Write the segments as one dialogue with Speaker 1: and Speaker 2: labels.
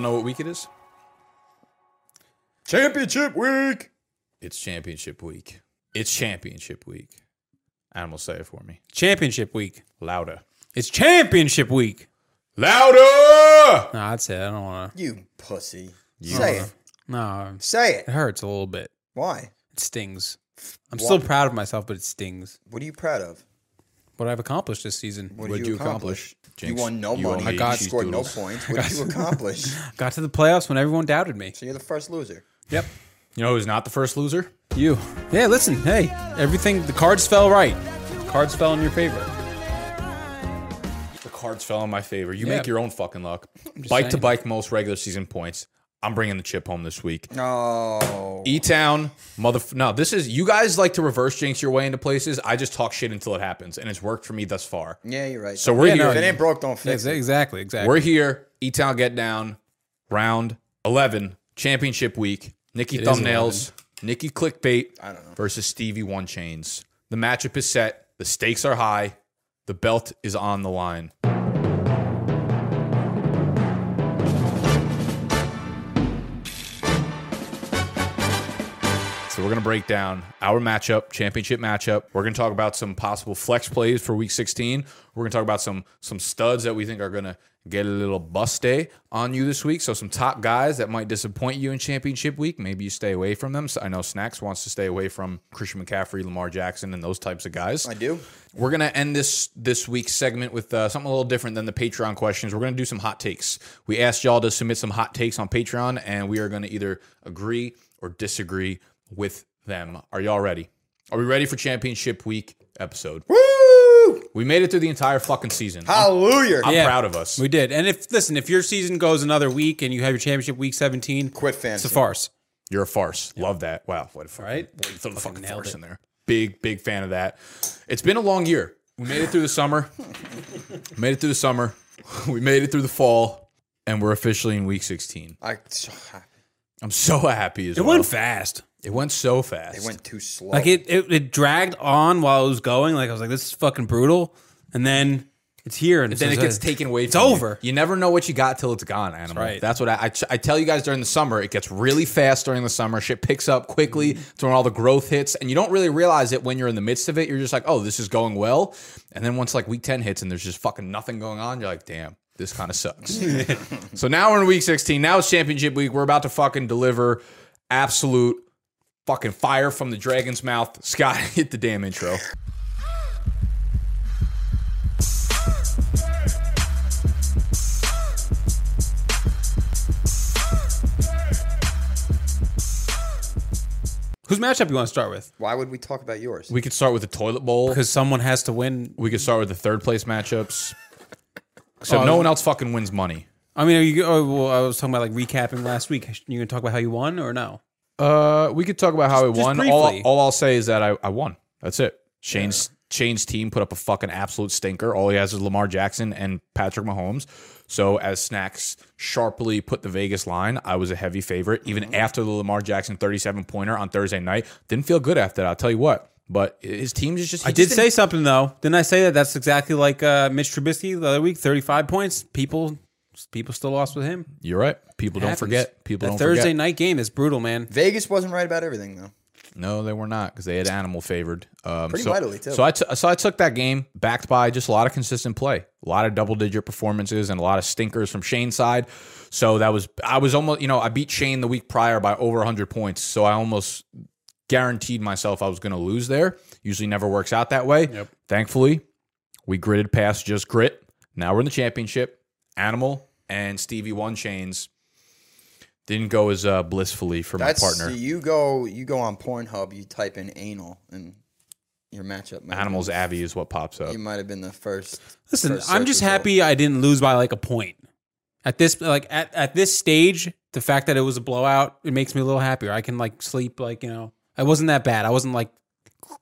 Speaker 1: know what week it is?
Speaker 2: Championship week.
Speaker 1: It's championship week. It's championship week. Animal, say it for me.
Speaker 3: Championship week.
Speaker 1: Louder.
Speaker 3: It's championship week.
Speaker 1: Louder!
Speaker 3: No, I'd say I don't want
Speaker 2: You pussy.
Speaker 1: You-
Speaker 2: Say it.
Speaker 3: to. No,
Speaker 2: Say
Speaker 3: it
Speaker 2: it.
Speaker 3: hurts a little bit.
Speaker 2: Why?
Speaker 3: It stings. I'm still proud of myself, but it stings.
Speaker 2: What are you proud of?
Speaker 3: What I've accomplished this season.
Speaker 2: What
Speaker 1: What'd
Speaker 2: did
Speaker 1: you accomplish?
Speaker 2: You
Speaker 1: Jinx.
Speaker 2: won no
Speaker 1: You
Speaker 2: money.
Speaker 1: only
Speaker 2: you
Speaker 1: ate God. cheese
Speaker 2: scored
Speaker 1: doodles.
Speaker 2: no points. What did you accomplish?
Speaker 3: Got to the playoffs when everyone doubted me.
Speaker 2: so you're the first loser.
Speaker 3: Yep.
Speaker 1: You know who's not the first loser?
Speaker 3: You. Yeah, listen, hey, everything, the cards fell right. Cards fell in your favor.
Speaker 1: The cards fell in my favor. You
Speaker 3: Yeah.
Speaker 1: make your own fucking luck. Bike to
Speaker 3: saying.
Speaker 1: bike most regular season points. I'm bringing the chip home this week.
Speaker 2: No.
Speaker 1: E Town, mother. No, this is you guys like to reverse jinx your way into places. I just talk shit until it happens, and it's worked for me thus far.
Speaker 2: Yeah, you're right.
Speaker 1: So we're
Speaker 3: Yeah, no,
Speaker 1: here.
Speaker 2: if it ain't broke, don't
Speaker 3: Ex-
Speaker 2: fix it.
Speaker 3: Exactly, exactly.
Speaker 1: We're here. E Town get down. Round eleven, championship week. Nikki
Speaker 3: is
Speaker 1: thumbnails. Nikki clickbait.
Speaker 2: I don't know.
Speaker 1: Versus Stevie One Chains. The matchup is set. The stakes are high. The belt is on the line. So we're gonna break down our matchup, championship matchup. We're gonna talk about some possible flex plays for Week 16. We're gonna talk about some some studs that we think are gonna get a little bust day on you this week. So some top guys that might disappoint you in championship week. Maybe you stay away from them. So I know Snacks wants to stay away from Christian McCaffrey, Lamar Jackson, and those types of guys.
Speaker 2: I do.
Speaker 1: We're gonna end this this week's segment with uh, something a little different than the Patreon questions. We're gonna do some hot takes. We asked y'all to submit some hot takes on Patreon, and we are gonna either agree or disagree with them. Are y'all ready? Are we ready for Championship Week episode?
Speaker 2: Woo!
Speaker 1: We made it through the entire fucking season. I'm,
Speaker 2: Hallelujah.
Speaker 1: I'm
Speaker 3: Yeah.
Speaker 1: proud of us.
Speaker 3: We did. And if, listen, if your season goes another week and you have your championship week 17,
Speaker 2: Quit
Speaker 3: it's a
Speaker 2: fancy.
Speaker 3: farce.
Speaker 1: You're a farce. Love that. Wow. What a fucking,
Speaker 3: Right?
Speaker 1: You throw the fucking
Speaker 3: nailed
Speaker 1: farce
Speaker 3: it.
Speaker 1: in there. Big, big fan of that. It's been a long year. We made it through the summer. made it through the summer. We made it through the fall. And we're officially in week 16.
Speaker 2: I, so happy.
Speaker 1: I'm so happy as
Speaker 3: It
Speaker 1: well.
Speaker 3: went fast.
Speaker 1: it went so fast.
Speaker 2: It went too slow.
Speaker 3: Like it, it, it dragged on while it was going. Like I was like, this is fucking brutal. And then it's here, and
Speaker 1: then it
Speaker 3: it's-
Speaker 1: gets taken away.
Speaker 3: It's
Speaker 1: from you.
Speaker 3: over.
Speaker 1: You. never know what you got till it's gone, animal.
Speaker 3: right.
Speaker 1: That's what I, I, I tell you guys during the summer. It gets really fast during the summer. Shit picks up quickly.
Speaker 3: Mm-hmm.
Speaker 1: It's when all the growth hits, and you don't really realize it when you're in the midst of it. You're just like, oh, this is going well. And then once like week ten hits, and there's just fucking nothing going on. You're like, damn. This kind of sucks. so now we're in week 16. Now it's championship week. We're about to fucking deliver absolute fucking fire from the dragon's mouth. Scott, hit the damn intro.
Speaker 3: Whose matchup you want to start with?
Speaker 2: Why would we talk about yours?
Speaker 1: We could start with the toilet bowl.
Speaker 3: Because someone has to win.
Speaker 1: We could start with the third place matchups. So no one else fucking wins money.
Speaker 3: I mean, are you? Oh, well, I was talking about like recapping last week. You gonna talk about how you won or no?
Speaker 1: Uh, we could talk about how
Speaker 3: just
Speaker 1: I won. All,
Speaker 3: briefly.
Speaker 1: all I'll say is that I, I won. That's it. Shane's Shane's team put up a fucking absolute stinker. All he has is Lamar Jackson and Patrick Mahomes. So as Snacks sharply put the Vegas line, I was a heavy favorite even
Speaker 3: Mm-hmm.
Speaker 1: after the Lamar Jackson 37 pointer on Thursday night. Didn't feel good after that. I'll tell you what. But his team is just. he
Speaker 3: I did
Speaker 1: just
Speaker 3: say something though. Didn't I say that? That's exactly like uh, Mitch Trubisky the other week. Thirty-five points. People, people still lost with him.
Speaker 1: You're right. People don't
Speaker 3: Happens.
Speaker 1: forget. People
Speaker 3: that
Speaker 1: don't
Speaker 3: Thursday
Speaker 1: forget.
Speaker 3: night game is brutal, man.
Speaker 2: Vegas wasn't right about everything, though.
Speaker 1: No, they were not because they had animal favored. Um,
Speaker 2: Pretty
Speaker 1: so,
Speaker 2: mightily, too.
Speaker 1: So I, t- so I took that game backed by just a lot of consistent play, a lot of double digit performances, and a lot of stinkers from Shane's side. So that was I was almost you know I beat Shane the week prior by over 100 points, so I almost guaranteed myself I was going to lose there. Usually never works out that way.
Speaker 3: Yep.
Speaker 1: Thankfully, we gritted past just grit. Now we're in the championship. Animal and Stevie One Chains didn't go as uh, blissfully for
Speaker 2: That's
Speaker 1: my partner.
Speaker 2: see, you go. You go on Pornhub. You type in anal, and your matchup. might-
Speaker 1: Animals Abbey is what pops up.
Speaker 2: You might have been the first.
Speaker 3: Listen,
Speaker 2: first
Speaker 3: I'm
Speaker 2: search
Speaker 3: just
Speaker 2: result.
Speaker 3: happy I didn't lose by like a point. At this like at, at this stage, the fact that it was a blowout, it makes me a little happier. I can like sleep like, you know, I wasn't that bad. I wasn't like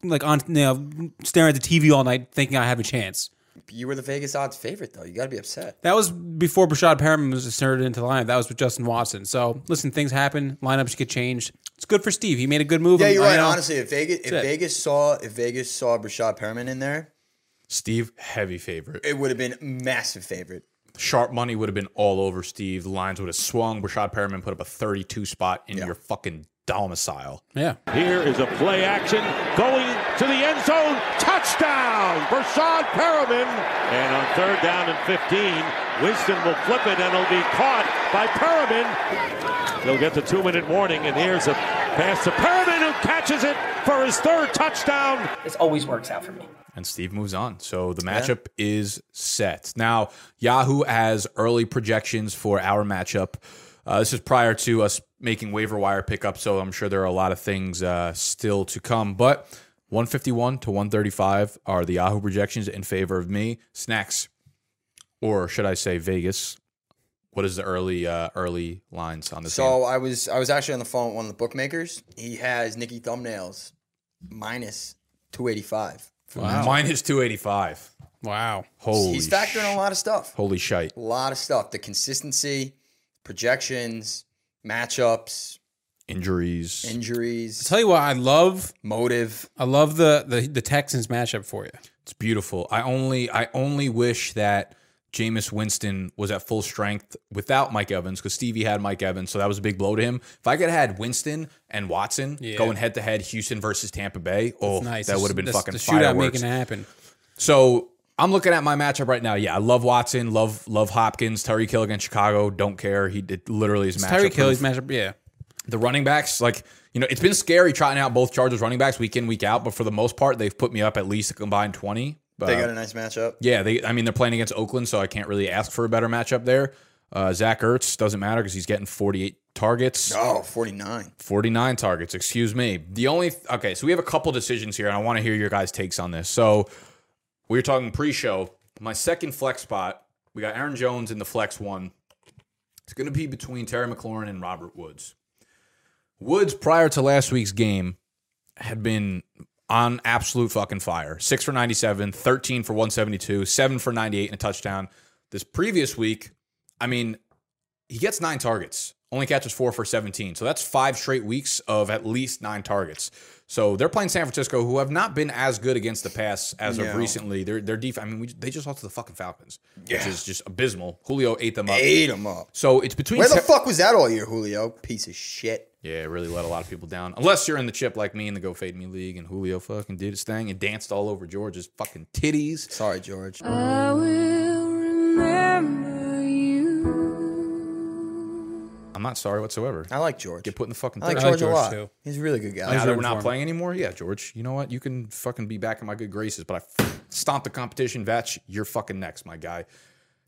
Speaker 3: like on you know, staring at the TV all night thinking I have a chance.
Speaker 2: You were the Vegas odds favorite, though. You got to be upset.
Speaker 3: That was before Brashad Perriman was inserted into the lineup. That was with Justin Watson. So listen, things happen, lineups get changed. It's good for Steve. He made a good move.
Speaker 2: Yeah,
Speaker 3: I'm-
Speaker 2: you're
Speaker 3: I
Speaker 2: right.
Speaker 3: know.
Speaker 2: Honestly, if Vegas, if
Speaker 3: it.
Speaker 2: Vegas saw, if Vegas saw Brashad Perriman in there,
Speaker 1: Steve, heavy favorite.
Speaker 2: it would have been massive favorite.
Speaker 1: Sharp money would have been all over Steve. The lines would have swung. Brashad Perriman put up a 32 spot in your fucking domicile.
Speaker 3: Yeah.
Speaker 4: Here is a play action going to the end zone. Touchdown! Brashad Perriman. And on third down and 15, Winston will flip it and it'll be caught by Perriman. They'll get the two minute warning, and here's a pass to Perriman who catches it for his third touchdown.
Speaker 5: This always works out for me.
Speaker 1: And Steve moves on. So the matchup is set. Now, Yahoo has early projections for our matchup. Uh, this is prior to us making waiver wire pickup, so I'm sure there are a lot of things uh, still to come. But 151 to 135 are the Yahoo projections in favor of me. Snacks, or should I say Vegas? What is the early uh, early lines on this? game?
Speaker 2: So I was I was actually on the phone with one of the bookmakers. He has Nikki Thumbnails minus two eighty five.
Speaker 1: Minus 285.
Speaker 3: Wow.
Speaker 1: Holy
Speaker 2: He's factoring
Speaker 1: sh-
Speaker 2: a lot of stuff.
Speaker 1: Holy shite.
Speaker 2: A lot of stuff. The consistency, projections, matchups,
Speaker 1: Injuries.
Speaker 2: injuries,
Speaker 3: Tell you what, I love
Speaker 2: motive.
Speaker 3: I love the the, the Texans matchup for you.
Speaker 1: it's beautiful. I only I only wish that Jameis Winston was at full strength without Mike Evans because Stevie had Mike Evans, so that was a big blow to him. If I could have had Winston and Watson going head to head Houston versus Tampa Bay, oh
Speaker 3: Nice.
Speaker 1: that would have been
Speaker 3: That's-
Speaker 1: fucking
Speaker 3: the shootout
Speaker 1: fireworks.
Speaker 3: making it happen.
Speaker 1: So I'm looking at my matchup right now. Yeah, I love Watson, love love Hopkins, Tyreek Hill against Chicago. Don't care. He did literally his matchup.
Speaker 3: Tyreek Hill,
Speaker 1: proof
Speaker 3: his matchup, yeah.
Speaker 1: the running backs, like, you know, it's been scary trotting out both Chargers running backs week in, week out, but for the most part, they've put me up at least a combined 20. But,
Speaker 2: They got a nice matchup.
Speaker 1: Uh, yeah, they, I mean, they're playing against Oakland, so I can't really ask for a better matchup there. Uh, Zach Ertz doesn't matter because he's getting 48 targets,
Speaker 2: Oh, 49.
Speaker 1: 49 targets, excuse me. The only, okay, so we have a couple decisions here, and I want to hear your guys' takes on this. So we were talking pre show. My second flex spot, we got Aaron Jones in the flex one. It's going to be between Terry McLaurin and Robert Woods. Woods, prior to last week's game, had been on absolute fucking fire. Six for 97, 13 for 172, seven for 98 and a touchdown. This previous week, I mean, he gets nine targets, only catches four for 17. So that's five straight weeks of at least nine targets. So they're playing San Francisco, who have not been as good against the pass as of
Speaker 2: No.
Speaker 1: recently. Their their defense, I mean, we, they just lost to the fucking Falcons, which is just abysmal. Julio ate them up.
Speaker 2: Ate him up.
Speaker 1: So it's between
Speaker 2: Where the
Speaker 1: Ter-
Speaker 2: fuck was that all year, Julio? Piece of shit.
Speaker 1: yeah, it really let a lot of people down. Unless you're in the chip like me in the Go Fade Me League and Julio fucking did his thing and danced all over George's fucking titties.
Speaker 2: Sorry, George.
Speaker 6: I will remember you.
Speaker 1: I'm not sorry whatsoever.
Speaker 2: I like George.
Speaker 1: Get put in the fucking
Speaker 2: I like
Speaker 1: third.
Speaker 2: George,
Speaker 3: like
Speaker 2: a
Speaker 3: George,
Speaker 2: lot.
Speaker 3: too.
Speaker 2: He's a really good guy.
Speaker 1: Now that we're
Speaker 3: rooting for
Speaker 1: not
Speaker 3: him.
Speaker 1: playing anymore, yeah, George, you know what? You can fucking be back in my good graces, but I f- stomped the competition. Vatch, you're fucking next, my guy.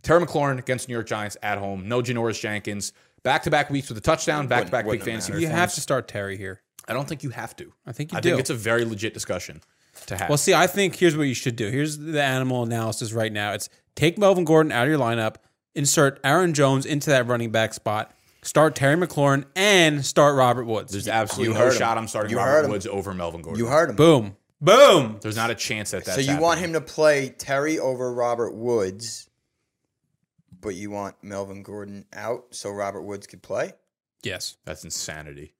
Speaker 1: Terry McLaurin against New York Giants at home. No Janoris Jenkins. Back to back weeks with a touchdown, back to back big
Speaker 2: wouldn't have
Speaker 1: fantasy.
Speaker 3: You
Speaker 1: points.
Speaker 3: have to start Terry here.
Speaker 1: I don't think you have to.
Speaker 3: I think you
Speaker 1: I
Speaker 3: do.
Speaker 1: think it's a very legit discussion to have.
Speaker 3: Well, see, I think here's what you should do. Here's the animal analysis right now. It's take Melvin Gordon out of your lineup, insert Aaron Jones into that running back spot, start Terry McLaurin, and start Robert Woods.
Speaker 1: There's absolutely
Speaker 2: you
Speaker 1: no
Speaker 2: heard him.
Speaker 1: shot I'm starting
Speaker 2: You heard
Speaker 1: Robert
Speaker 2: him.
Speaker 1: Woods over Melvin Gordon.
Speaker 2: You heard him.
Speaker 3: Boom. Boom.
Speaker 1: There's not a chance that that's
Speaker 2: So you want him to play Terry over Robert Woods, but you want Melvin Gordon out so Robert Woods could play?
Speaker 3: Yes.
Speaker 1: That's insanity.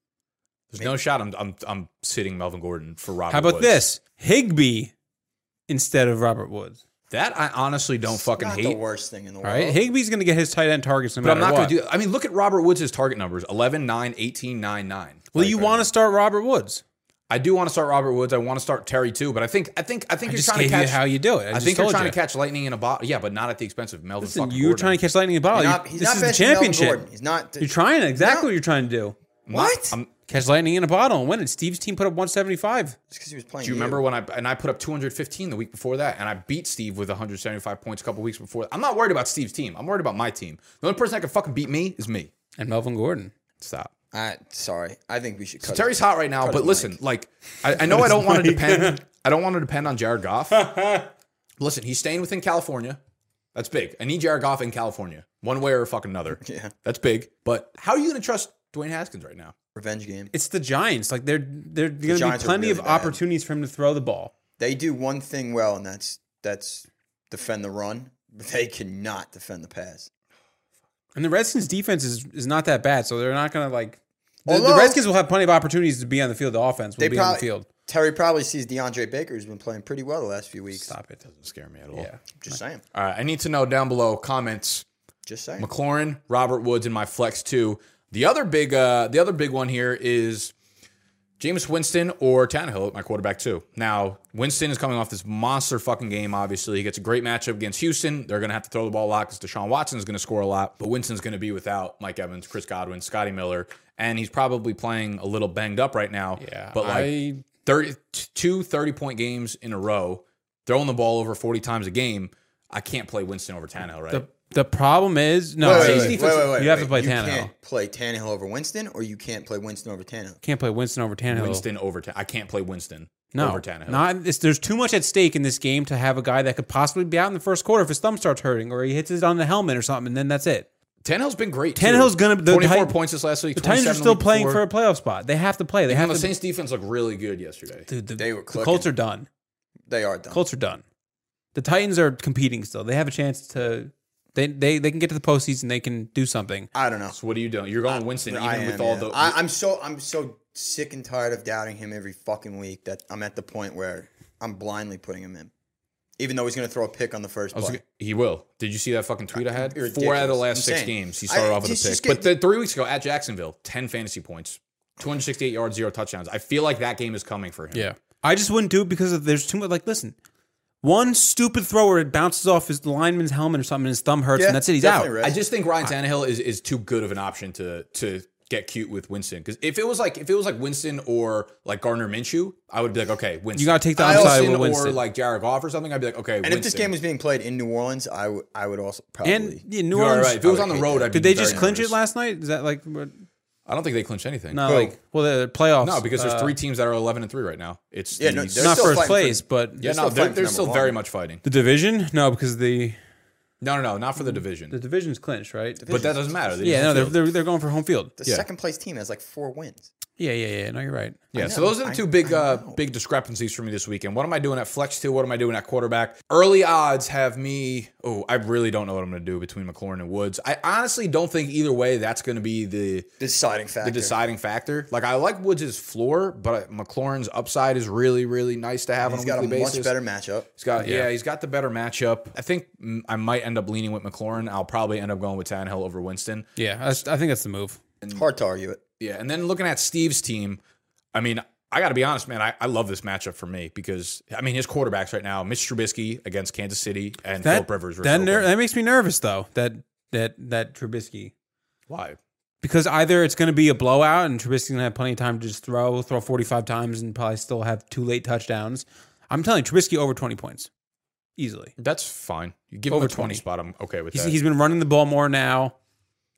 Speaker 1: There's no shot. I'm I'm I'm sitting Melvin Gordon for Robert.
Speaker 3: How about
Speaker 1: Woods.
Speaker 3: this? Higby instead of Robert Woods.
Speaker 1: That I honestly don't fucking
Speaker 2: Not the
Speaker 1: hate.
Speaker 2: worst thing in the
Speaker 3: All
Speaker 2: world.
Speaker 3: right. Higby's going to get his tight end targets no
Speaker 1: But I'm
Speaker 3: matter
Speaker 1: not
Speaker 3: what.
Speaker 1: going to do I mean, look at Robert Woods' target numbers 11, 9, 18, 9, 9.
Speaker 3: Well, you want to start Robert Woods.
Speaker 1: I do want to start Robert Woods. I want to start Terry too, but I think I think I think
Speaker 3: I
Speaker 1: you're
Speaker 3: just
Speaker 1: trying to
Speaker 3: gave
Speaker 1: catch
Speaker 3: you how you do it. I,
Speaker 1: I,
Speaker 3: just
Speaker 1: think you're
Speaker 3: told
Speaker 1: trying
Speaker 3: you.
Speaker 1: to catch lightning in a bottle. Yeah, but not at the expense of Melvin
Speaker 3: Listen,
Speaker 1: fucking
Speaker 3: you were
Speaker 1: Gordon.
Speaker 3: trying to catch lightning in the bottle.
Speaker 2: He's
Speaker 3: You-
Speaker 2: not, he's
Speaker 3: this
Speaker 2: not
Speaker 3: is the
Speaker 2: benching Melvin
Speaker 3: championship.
Speaker 2: Gordon. He's not.
Speaker 3: You're trying exactly what you're trying to do.
Speaker 2: what?
Speaker 1: I'm-
Speaker 3: Catch lightning in a bottle and win it. Steve's team put up 175.
Speaker 2: Just because he was playing.
Speaker 1: Do you remember when I and I put up 215 the week before that, and I beat Steve with 175 points a couple weeks before? I'm not worried about Steve's team. I'm worried about my team. The only person that can fucking beat me is me.
Speaker 3: And Melvin Gordon.
Speaker 1: Stop.
Speaker 2: I, sorry. I think we should cut.
Speaker 1: Terry's hot right now, but listen, like I, I know I don't want to depend. I don't want to depend on Jared Goff. listen, he's staying within California. That's big. I need Jared Goff in California, one way or fucking another.
Speaker 2: Yeah.
Speaker 1: that's big. But how are you going to trust Dwayne Haskins right now?
Speaker 2: revenge game.
Speaker 3: It's the Giants. Like they're they're going to be
Speaker 2: Giants are
Speaker 3: plenty
Speaker 2: really
Speaker 3: of
Speaker 2: bad.
Speaker 3: opportunities for him to throw the ball.
Speaker 2: They do one thing well, and that's that's defend the run. But they cannot defend the pass.
Speaker 3: And the Redskins defense is, is not that bad, so they're not going to like the, the
Speaker 2: Although-
Speaker 3: Redskins will have plenty of opportunities to be on the field. The offense will
Speaker 2: They
Speaker 3: be on
Speaker 2: probably
Speaker 3: the field.
Speaker 2: Terry probably sees DeAndre Baker who's been playing pretty well the last few weeks.
Speaker 3: Stop it.
Speaker 1: Doesn't scare me at all.
Speaker 3: Yeah.
Speaker 2: Just saying.
Speaker 1: All right, I need to know down below comments.
Speaker 2: Just saying.
Speaker 1: McLaurin, Robert Woods, and my flex two. The other big, uh, the other big one here is Jameis Winston or Tannehill at my quarterback two. Now Winston is coming off this monster fucking game. Obviously, he gets a great matchup against Houston. They're going to have to throw the ball a lot because Deshaun Watson is going to score a lot, but Winston's going to be without Mike Evans, Chris Godwin, Scotty Miller, and he's probably playing a little banged up right now.
Speaker 3: Yeah,
Speaker 1: but like
Speaker 3: I-
Speaker 1: 30, t- two 30 point games in a row, throwing the ball over 40 times a game. I can't play Winston over Tannehill, right?
Speaker 3: The the problem is no.
Speaker 2: Wait, wait,
Speaker 3: see,
Speaker 2: wait,
Speaker 3: it's
Speaker 2: wait,
Speaker 3: defense-
Speaker 2: wait, wait,
Speaker 3: you have
Speaker 2: wait.
Speaker 3: to play
Speaker 2: You
Speaker 3: Tannehill. Can't.
Speaker 2: can't play Tannehill over Winston, or you can't play Winston over Tannehill.
Speaker 3: play Winston over Tannehill.
Speaker 1: Winston over. Tan- I can't play Winston
Speaker 3: Oh. no,
Speaker 1: over Tannehill.
Speaker 3: Not it's, there's too much at stake in this game to have a guy that could possibly be out in the first quarter if his thumb starts hurting or he hits it on the helmet or something, and then that's it.
Speaker 1: Tannehill's been great. too.
Speaker 3: Tannehill's gonna- the
Speaker 1: twenty four
Speaker 3: Titan-
Speaker 1: points this last week.
Speaker 3: The Titans are
Speaker 1: 27
Speaker 3: still
Speaker 1: week
Speaker 3: playing for
Speaker 1: before.
Speaker 3: a playoff spot. They have to play. They
Speaker 1: And
Speaker 3: have
Speaker 1: the
Speaker 3: to.
Speaker 1: Saints defense looked really good yesterday.
Speaker 3: dude, the,
Speaker 2: They were
Speaker 3: the
Speaker 2: clicking.
Speaker 3: Colts are done.
Speaker 2: They are done.
Speaker 3: Colts are done. The Titans are competing still. They have a chance to. They they, they can get to the postseason. They can do something.
Speaker 2: I don't know.
Speaker 1: So what are you doing? You're going Winston even
Speaker 2: I am,
Speaker 1: with all
Speaker 2: yeah.
Speaker 1: the.
Speaker 2: I, I'm so I'm so sick and tired of doubting him every fucking week that I'm at the point where I'm blindly putting him in, even though he's going to throw a pick on the first
Speaker 1: I was
Speaker 2: play.
Speaker 1: gonna- he will. Did you see that fucking tweet I had?
Speaker 2: You're
Speaker 1: Four out of the
Speaker 2: ridiculous.
Speaker 1: last
Speaker 2: I'm
Speaker 1: six
Speaker 2: saying.
Speaker 1: games, he started
Speaker 2: I-
Speaker 1: off with
Speaker 2: just-
Speaker 1: a pick.
Speaker 2: just
Speaker 1: but
Speaker 2: get-
Speaker 1: the, three weeks ago at Jacksonville, ten fantasy points, two hundred sixty eight yards, zero touchdowns. I feel like that game is coming for him.
Speaker 3: Yeah. I just wouldn't do it because of, there's too much. Like, listen, one stupid thrower it bounces off his lineman's helmet or something, and his thumb hurts, and that's it. He's out.
Speaker 2: definitely, Reg.
Speaker 1: I just think Ryan Tannehill is is too good of an option to to get cute with Winston. Because if it was like if it was like Winston or like Gardner Minshew, I would be like, okay, Winston.
Speaker 3: You got to take the
Speaker 1: If it
Speaker 3: upside
Speaker 1: was
Speaker 3: with
Speaker 1: or
Speaker 3: Winston.
Speaker 1: like Jared Goff or something, I'd be like, okay.
Speaker 2: and if this game was being played in New Orleans, I would I would also probably.
Speaker 3: and yeah, New
Speaker 1: you are
Speaker 3: Orleans.
Speaker 1: right. If it was on the
Speaker 2: hate
Speaker 1: road,
Speaker 2: that.
Speaker 1: I'd be
Speaker 3: Did they
Speaker 1: very
Speaker 3: just clinch
Speaker 1: nervous.
Speaker 3: it last night? Is that like what-
Speaker 1: I don't think they clinched anything.
Speaker 3: no?
Speaker 2: Who?
Speaker 3: Like well, the playoffs.
Speaker 1: no, because
Speaker 3: uh,
Speaker 1: there's three teams that are 11 and three right now. It's
Speaker 2: Yeah,
Speaker 1: the-
Speaker 2: no, they're
Speaker 3: not
Speaker 2: still
Speaker 3: first
Speaker 2: fighting for-
Speaker 3: place, but
Speaker 1: yeah,
Speaker 2: still
Speaker 1: no,
Speaker 2: fighting
Speaker 1: they're,
Speaker 2: for
Speaker 1: they're
Speaker 2: number
Speaker 1: still
Speaker 2: one.
Speaker 1: very much fighting.
Speaker 3: the division. No, because the
Speaker 1: No, no, no, not for the division.
Speaker 3: the division's clinched, right?
Speaker 1: but that doesn't matter. They
Speaker 3: yeah,
Speaker 1: just
Speaker 3: no, they're,
Speaker 1: field.
Speaker 3: they're they're going for home field.
Speaker 2: the
Speaker 1: yeah.
Speaker 2: second place team has like four wins.
Speaker 3: Yeah, yeah, yeah. No, you're right.
Speaker 1: Yeah,
Speaker 2: I
Speaker 1: so
Speaker 2: know,
Speaker 1: those are the
Speaker 2: I-
Speaker 1: two big
Speaker 2: I
Speaker 1: uh,
Speaker 2: know.
Speaker 1: big discrepancies for me this weekend. What am I doing at flex two? What am I doing at quarterback? Early odds have me. Oh, I really don't know what I'm going to do between McLaurin and Woods. I honestly don't think either way that's going to be the
Speaker 2: Deciding factor.
Speaker 1: the deciding factor. Like I like Woods' floor, but McLaurin's upside is really really nice to have
Speaker 2: He's
Speaker 1: on a
Speaker 2: got a
Speaker 1: weekly basis.
Speaker 2: much better matchup.
Speaker 1: He's got yeah. he's got the better matchup. I think mm, I might end up leaning with McLaurin. I'll probably end up going with Tannehill over Winston.
Speaker 3: Yeah, that's, I think that's the move.
Speaker 2: Hard to argue it.
Speaker 1: Yeah, and then looking at Steve's team, I mean, I got to be honest, man, I, I love this matchup for me because I mean his quarterbacks right now, Mitch Trubisky against Kansas City and
Speaker 3: That
Speaker 1: Philip Rivers. versus
Speaker 3: that, ner-
Speaker 1: Oakland.
Speaker 3: that makes me nervous though. That that that Trubisky.
Speaker 1: Why?
Speaker 3: because either it's going to be a blowout and Trubisky's going to have plenty of time to just throw, throw 45 times and probably still have two late touchdowns. I'm telling you, Trubisky over 20 points easily.
Speaker 1: That's fine. You give
Speaker 3: Over
Speaker 1: him a twenty
Speaker 3: 20.
Speaker 1: spot, I'm okay with
Speaker 3: He's,
Speaker 1: that.
Speaker 3: he's been running the ball more now.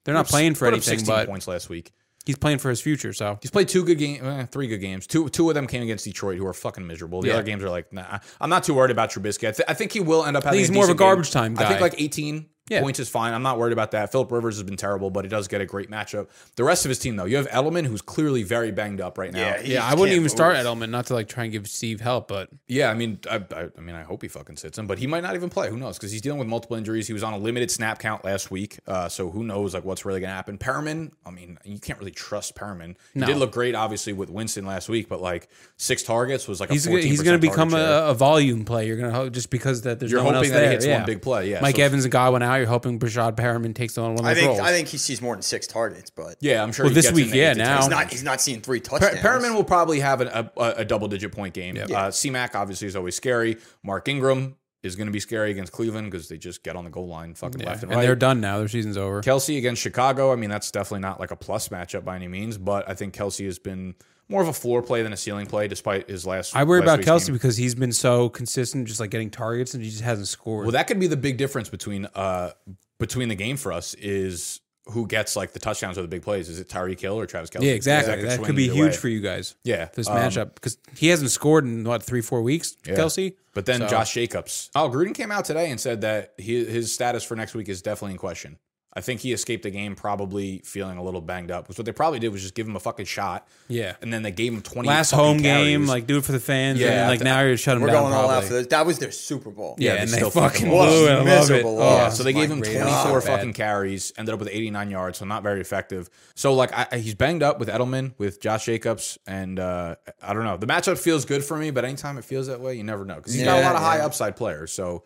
Speaker 3: They're not
Speaker 1: Put up-
Speaker 3: playing for
Speaker 1: put up
Speaker 3: anything,
Speaker 1: Sixteen
Speaker 3: but
Speaker 1: points last week.
Speaker 3: he's playing for his future. So
Speaker 1: He's played two good games, eh, three good games. Two two of them came against Detroit, who are fucking miserable. The
Speaker 3: Yeah.
Speaker 1: other games are like, nah. I'm not too worried about Trubisky. I, th- I think he will end up having.
Speaker 3: he's
Speaker 1: a
Speaker 3: more of a
Speaker 1: decent game.
Speaker 3: garbage time
Speaker 1: I
Speaker 3: guy.
Speaker 1: think like 18
Speaker 3: Yeah.
Speaker 1: points is fine. I'm not worried about that. Philip Rivers has been terrible, but he does get a great matchup. The rest of his team though, you have Edelman, who's clearly very banged up right now.
Speaker 2: Yeah, he-
Speaker 3: yeah, I
Speaker 2: just
Speaker 3: wouldn't
Speaker 2: can't
Speaker 3: even start
Speaker 2: move.
Speaker 3: Edelman, not to like try and give Steve help, but
Speaker 1: Yeah, I mean, I, I, I mean, I hope he fucking sits him, but he might not even play. Who knows? Because he's dealing with multiple injuries. He was on a limited snap count last week, uh, so who knows like what's really gonna happen? Perriman, I mean, you can't really trust Perriman. He
Speaker 3: No.
Speaker 1: did look great, obviously, with Winston last week, but like six targets was like
Speaker 3: he's
Speaker 1: a
Speaker 3: gonna,
Speaker 1: 14
Speaker 3: he's going to become a, uh, a volume play. You're going to hope just because that there's
Speaker 1: You're
Speaker 3: no one else
Speaker 1: hoping that he
Speaker 3: there,
Speaker 1: hits
Speaker 3: yeah.
Speaker 1: one big play. Yeah,
Speaker 3: Mike
Speaker 1: so-
Speaker 3: Evans and Godwin out. You're hoping Brashad Perriman takes on one of
Speaker 2: I
Speaker 3: those
Speaker 2: think
Speaker 3: roles.
Speaker 2: I think he sees more than six targets, but
Speaker 1: Yeah, I'm sure.
Speaker 3: Well,
Speaker 1: he
Speaker 3: this
Speaker 1: gets
Speaker 3: week,
Speaker 1: in the
Speaker 3: yeah,
Speaker 1: eight to ten.
Speaker 3: now-
Speaker 2: he's not he's not seeing three touchdowns.
Speaker 1: Perriman will probably have an, a, a a double digit point game. Uh, CMAC obviously is always scary. Mark Ingram is going to be scary against Cleveland because they just get on the goal line fucking
Speaker 3: Yeah,
Speaker 1: left and,
Speaker 3: and
Speaker 1: right.
Speaker 3: they're done now. Their season's over.
Speaker 1: Kelsey against Chicago. I mean, that's definitely not like a plus matchup by any means, but I think Kelsey has been more of a floor play than a ceiling play despite his last.
Speaker 3: I worry
Speaker 1: last
Speaker 3: about
Speaker 1: week's
Speaker 3: Kelsey
Speaker 1: game.
Speaker 3: because he's been so consistent, just like getting targets, and he just hasn't scored.
Speaker 1: Well, that could be the big difference between uh between the game for us is who gets like the touchdowns or the big plays. Is it Tyreek Hill or Travis Kelsey?
Speaker 3: yeah, exactly.
Speaker 1: Because
Speaker 3: That
Speaker 1: swing
Speaker 3: could be
Speaker 1: either
Speaker 3: huge
Speaker 1: way.
Speaker 3: for you guys.
Speaker 1: Yeah,
Speaker 3: this
Speaker 1: um,
Speaker 3: matchup because he hasn't scored in what three, four weeks.
Speaker 1: Yeah.
Speaker 3: Kelsey,
Speaker 1: But then
Speaker 3: So-
Speaker 1: Josh Jacobs. Oh, Gruden came out today and said that he, his status for next week is definitely in question. I think he escaped the game probably feeling a little banged up. Because what they probably did was just give him a fucking shot.
Speaker 3: Yeah.
Speaker 1: And then they gave him 20
Speaker 3: last
Speaker 1: fucking
Speaker 3: home
Speaker 1: carries.
Speaker 3: game, like do it for the fans.
Speaker 1: Yeah,
Speaker 3: and then, like
Speaker 1: I-
Speaker 3: now you're shutting
Speaker 2: We're
Speaker 3: down.
Speaker 2: going all
Speaker 3: probably.
Speaker 2: out for this. That was their Super Bowl.
Speaker 3: Yeah,
Speaker 1: they
Speaker 3: and they
Speaker 1: still
Speaker 3: fucking
Speaker 1: fucking
Speaker 3: blew
Speaker 1: lost.
Speaker 3: it. I love it.
Speaker 2: Miserable
Speaker 3: Oh,
Speaker 1: Yeah,
Speaker 2: loss.
Speaker 1: Uh, so they gave him
Speaker 2: Mike
Speaker 1: 24
Speaker 2: Ray-
Speaker 3: God, bad.
Speaker 1: fucking carries, ended up with 89 yards, so not very effective. So like I, I- he's banged up with Edelman, with Josh Jacobs, and uh, I don't know. The matchup feels good for me, but anytime it feels that way, you never know because he's got a
Speaker 2: Yeah,
Speaker 1: lot of high
Speaker 2: yeah.
Speaker 1: upside players. So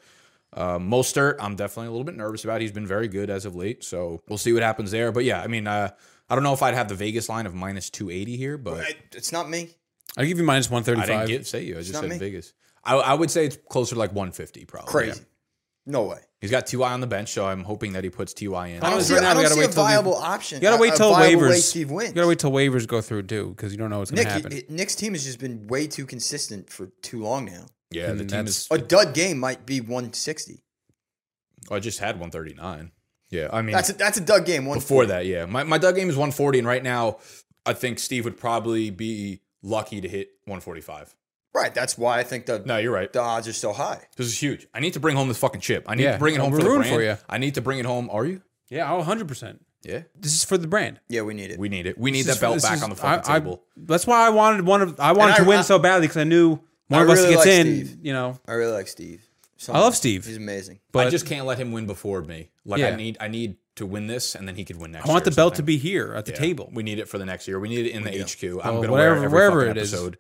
Speaker 1: Uh, Mostert, I'm definitely a little bit nervous about. He's been very good as of late, so we'll see what happens there. But yeah, I mean, uh, I don't know if I'd have the Vegas line of minus 280 here, but
Speaker 2: I, it's not me.
Speaker 3: I give you minus one
Speaker 1: I didn't
Speaker 3: thirty-five.
Speaker 1: get, say you. I just
Speaker 2: not
Speaker 1: said
Speaker 2: me.
Speaker 1: Vegas. I, I would say it's closer to like 150 probably.
Speaker 2: Crazy.
Speaker 1: Yeah.
Speaker 2: No way.
Speaker 1: He's got Ty on the bench, so I'm hoping that he puts Ty in.
Speaker 2: I don't
Speaker 3: was
Speaker 2: see,
Speaker 3: right now,
Speaker 2: I
Speaker 3: we
Speaker 2: don't
Speaker 3: gotta
Speaker 2: see
Speaker 3: wait
Speaker 2: a
Speaker 3: till the-
Speaker 2: viable option.
Speaker 3: You gotta
Speaker 2: A-
Speaker 3: wait
Speaker 2: a
Speaker 3: till
Speaker 2: viable
Speaker 3: waivers.
Speaker 2: Way Steve wins.
Speaker 3: You gotta wait till waivers go through too, because you don't know what's gonna
Speaker 2: Nick,
Speaker 3: happen.
Speaker 2: it- Nick's team has just been way too consistent for too long now.
Speaker 1: Yeah, the
Speaker 3: Mm,
Speaker 1: team
Speaker 3: that's-
Speaker 1: is.
Speaker 2: A dud game might be 160.
Speaker 1: oh, I just had 139. Yeah, I mean,
Speaker 2: That's a, that's a dud game. One
Speaker 1: before that, yeah. My, my Doug game is 140, and right now, I think Steve would probably be lucky to hit 145.
Speaker 2: right. That's why I think the
Speaker 1: No, you're right.
Speaker 2: the odds are so high.
Speaker 1: This is huge. I need to bring home this fucking chip. I need
Speaker 3: Yeah,
Speaker 1: to bring it home
Speaker 3: we're
Speaker 1: for the brand.
Speaker 3: rooting for you.
Speaker 1: I need to bring it home. Are you?
Speaker 3: yeah, hundred percent.
Speaker 1: Yeah.
Speaker 3: This is for the brand.
Speaker 2: Yeah, we need it.
Speaker 1: We need it. We need
Speaker 3: This
Speaker 1: that
Speaker 3: is-
Speaker 1: belt
Speaker 3: this
Speaker 1: back
Speaker 3: is-
Speaker 1: on the fucking
Speaker 3: I- I-
Speaker 1: table.
Speaker 3: that's why I wanted one of I wanted
Speaker 2: And
Speaker 3: to
Speaker 2: I-
Speaker 3: win
Speaker 2: I-
Speaker 3: so badly because I knew one
Speaker 2: I
Speaker 3: of us
Speaker 2: really
Speaker 3: gets
Speaker 2: like
Speaker 3: in.
Speaker 2: Steve.
Speaker 3: You know,
Speaker 2: I really like Steve.
Speaker 3: I love Steve.
Speaker 2: He's amazing.
Speaker 3: but
Speaker 1: I just can't let him win before me. Like I
Speaker 3: Yeah.
Speaker 1: need, I need to win this, and then he could win next.
Speaker 3: I want
Speaker 1: year
Speaker 3: the
Speaker 1: or
Speaker 3: belt to
Speaker 1: something.
Speaker 3: be here at the
Speaker 1: Yeah.
Speaker 3: table.
Speaker 1: We need it for the next year. We need it in the HQ. I'm
Speaker 3: Well,
Speaker 1: gonna wear
Speaker 3: wherever-
Speaker 1: it every
Speaker 3: wherever
Speaker 1: fucking
Speaker 3: it is.
Speaker 1: episode.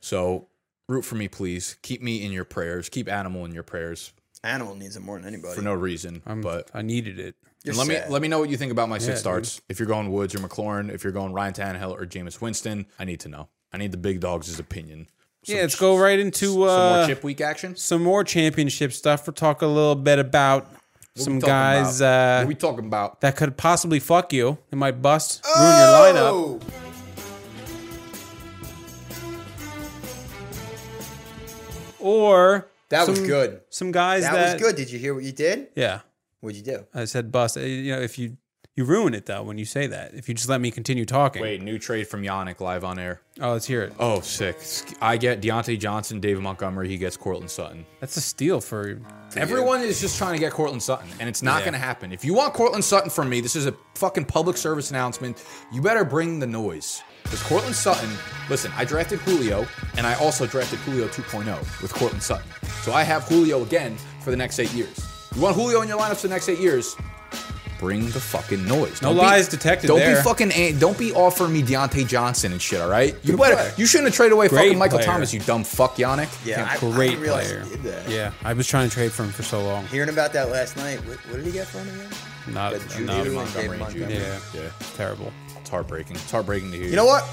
Speaker 1: So root for me, please. Keep me in your prayers. Keep animal in your prayers
Speaker 2: Animal needs it more than anybody.
Speaker 1: for no reason.
Speaker 3: I'm-
Speaker 1: but
Speaker 3: I needed it.
Speaker 2: You're
Speaker 1: and let
Speaker 2: sad.
Speaker 1: me let me know what you think about my
Speaker 3: Yeah,
Speaker 1: sit
Speaker 3: dude.
Speaker 1: starts. If you're going Woods or McLaurin, if you're going Ryan Tannehill or Jameis Winston, I need to know. I need the big dogs' opinion.
Speaker 3: yeah, let's go right into uh,
Speaker 1: some more chip week action.
Speaker 3: some more championship stuff. We'll talk a little bit about some
Speaker 1: Talking about-
Speaker 3: guys
Speaker 1: what
Speaker 3: uh,
Speaker 1: are we talking about?
Speaker 3: that could possibly fuck you. They might bust, ruin your lineup.
Speaker 2: Oh!
Speaker 3: Or
Speaker 2: That was
Speaker 3: some-
Speaker 2: good.
Speaker 3: Some guys
Speaker 2: That,
Speaker 3: that,
Speaker 2: was good. Did you hear what you did?
Speaker 3: Yeah,
Speaker 2: What'd you do?
Speaker 3: I said bust. Uh, You know, if you you ruin it though when you say that. If you just let me continue talking.
Speaker 1: Wait, new trade from Yannick live on air.
Speaker 3: Oh, let's hear it.
Speaker 1: Oh, sick. I get Deontay Johnson, David Montgomery. He gets Cortland Sutton.
Speaker 3: That's a steal for.
Speaker 1: Everyone is just trying to get Cortland Sutton, and it's not
Speaker 3: Yeah.
Speaker 1: going to happen. If you want Cortland Sutton from me, this is a fucking public service announcement. You better bring the noise. Because Cortland Sutton, listen, I drafted Julio, and I also drafted Julio 2.0 with Cortland Sutton. So I have Julio again for the next eight years. You want Julio in your lineups for the next eight years? Bring the fucking noise.
Speaker 3: No lies detected
Speaker 1: Don't be
Speaker 3: there.
Speaker 1: fucking. a- Don't be offering me Deontay Johnson and shit. All right. You better. You shouldn't have traded away fucking Michael
Speaker 3: player.
Speaker 1: Thomas. You dumb fuck, Yannick.
Speaker 2: Yeah, I- I didn't
Speaker 3: great
Speaker 2: realize
Speaker 3: player.
Speaker 2: he did that.
Speaker 3: Yeah, I was trying to trade for him for so long.
Speaker 2: Hearing about that last night. What, what did he get from him again?
Speaker 3: Not,
Speaker 2: But Judy
Speaker 3: not
Speaker 2: was
Speaker 3: enough.
Speaker 1: Montgomery and Judy.
Speaker 3: Yeah.
Speaker 1: Yeah.
Speaker 3: terrible.
Speaker 1: It's heartbreaking. It's heartbreaking to hear.
Speaker 2: You know what?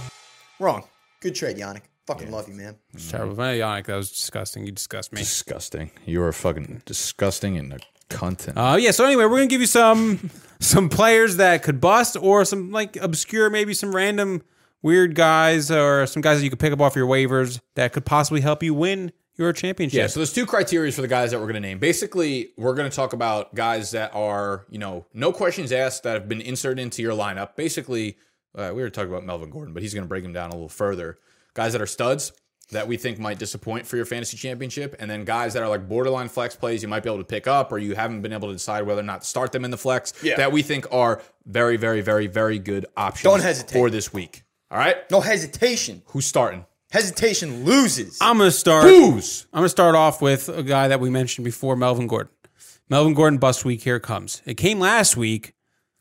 Speaker 2: Wrong. Good trade, Yannick. Fucking love you, man.
Speaker 3: It's terrible. But Yannick, that was disgusting. You disgust me.
Speaker 1: Disgusting. You are fucking disgusting and a cunt. And
Speaker 3: Uh, yeah. So anyway, we're gonna give you some some players that could bust, or some like obscure, maybe some random weird guys, or some guys that you could pick up off your waivers that could possibly help you win your championship.
Speaker 1: yeah, so there's two criteria for the guys that we're going to name. Basically, we're going to talk about guys that are, you know, no questions asked that have been inserted into your lineup. Basically, uh, we were talking about Melvin Gordon, but he's going to break him down a little further. Guys that are studs that we think might disappoint for your fantasy championship, and then guys that are like borderline flex plays you might be able to pick up or you haven't been able to decide whether or not to start them in the flex that we think are very, very, very, very good options
Speaker 2: Don't hesitate.
Speaker 1: for this week. All right?
Speaker 2: No hesitation.
Speaker 1: Who's starting?
Speaker 2: Hesitation loses.
Speaker 3: I'm gonna start.
Speaker 1: Who's?
Speaker 3: I'm gonna start off with a guy that we mentioned before, Melvin Gordon. Melvin Gordon bust week here it comes. It came last week.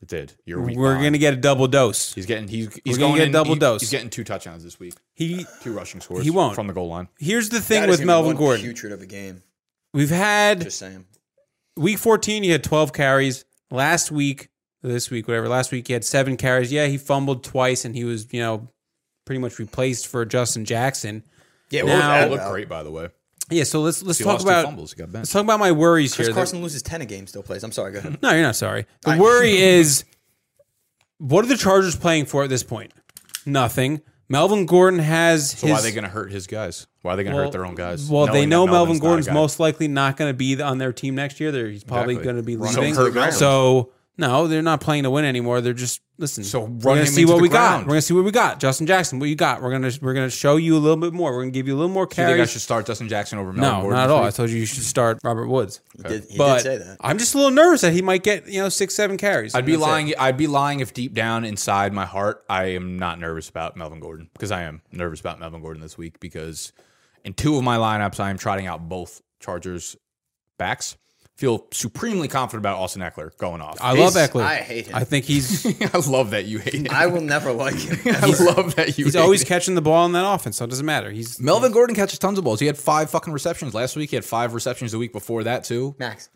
Speaker 1: It did. You're weak.
Speaker 3: We're gonna get a double dose.
Speaker 1: He's getting. He's, he's
Speaker 3: gonna
Speaker 1: going
Speaker 3: get
Speaker 1: in-
Speaker 3: double
Speaker 1: he-
Speaker 3: dose.
Speaker 1: He's getting two touchdowns this week.
Speaker 3: He
Speaker 1: Two rushing scores.
Speaker 3: He won't.
Speaker 1: from the goal line.
Speaker 3: here's the
Speaker 2: That
Speaker 3: thing
Speaker 2: is
Speaker 3: with
Speaker 2: gonna be
Speaker 3: Melvin
Speaker 2: one
Speaker 3: Gordon.
Speaker 2: Putrid of a game.
Speaker 3: We've had
Speaker 2: Just saying.
Speaker 3: week 14 he had 12 carries last week this week whatever last week he had seven carries yeah he fumbled twice and he was you know pretty much replaced for justin jackson
Speaker 2: Yeah,
Speaker 3: what was Now-
Speaker 1: That
Speaker 3: that
Speaker 1: looked great, by the way.
Speaker 3: yeah so let's let's
Speaker 1: He
Speaker 3: talk
Speaker 1: lost two
Speaker 3: about
Speaker 1: fumbles. He got
Speaker 3: let's
Speaker 1: benched.
Speaker 3: talk about my worries
Speaker 2: Chris
Speaker 3: here
Speaker 2: Carson loses ten a game, still plays. I'm sorry. Go ahead.
Speaker 3: no you're not sorry the worry is what are the chargers playing for at this point nothing melvin gordon has
Speaker 1: So
Speaker 3: his
Speaker 1: why are they going to hurt his guys? Why are they going to hurt their own guys?
Speaker 3: well they
Speaker 1: knowing that
Speaker 3: know melvin
Speaker 1: Melvin's not a
Speaker 3: gordon's
Speaker 1: guy?
Speaker 3: most likely not going to be on their team next year They're- he's probably
Speaker 1: Exactly.
Speaker 3: going to be
Speaker 1: Run
Speaker 3: leaving
Speaker 1: him to the ground.
Speaker 3: So no, they're not playing to win anymore. They're just listen.
Speaker 1: So run
Speaker 3: we're gonna
Speaker 1: him
Speaker 3: see
Speaker 1: into
Speaker 3: what
Speaker 1: the
Speaker 3: we
Speaker 1: ground.
Speaker 3: got. We're gonna see what we got. Justin Jackson, what you got? We're gonna we're gonna show you a little bit more. We're gonna give you a little more
Speaker 1: Do you think I
Speaker 3: carries.
Speaker 1: should start Dustin Jackson over Melvin
Speaker 3: no,
Speaker 1: Gordon?
Speaker 3: not at
Speaker 1: this
Speaker 3: all. I
Speaker 1: week?
Speaker 3: told you you should start Robert Woods.
Speaker 2: He, did, he
Speaker 3: But
Speaker 2: did say that.
Speaker 3: I'm just a little nervous that he might get you know six seven carries.
Speaker 1: I'd be
Speaker 3: That's it.
Speaker 1: lying. I'd be lying if deep down inside my heart I am not nervous about Melvin Gordon because I am nervous about Melvin Gordon this week because in two of my lineups I am trotting out both Chargers backs. feel supremely confident about Austin Eckler going off. I,
Speaker 3: I
Speaker 2: He's-
Speaker 3: love Eckler.
Speaker 2: I hate him.
Speaker 3: I think he's
Speaker 1: love that you hate him. I,
Speaker 2: I will never like him.
Speaker 1: love that you.
Speaker 3: he's
Speaker 1: hate
Speaker 3: always
Speaker 1: him.
Speaker 3: catching the ball in that offense, so it doesn't matter. He's
Speaker 1: Melvin Gordon catches tons of balls. He had five fucking receptions last week. He had five receptions the week before that too.
Speaker 2: Max,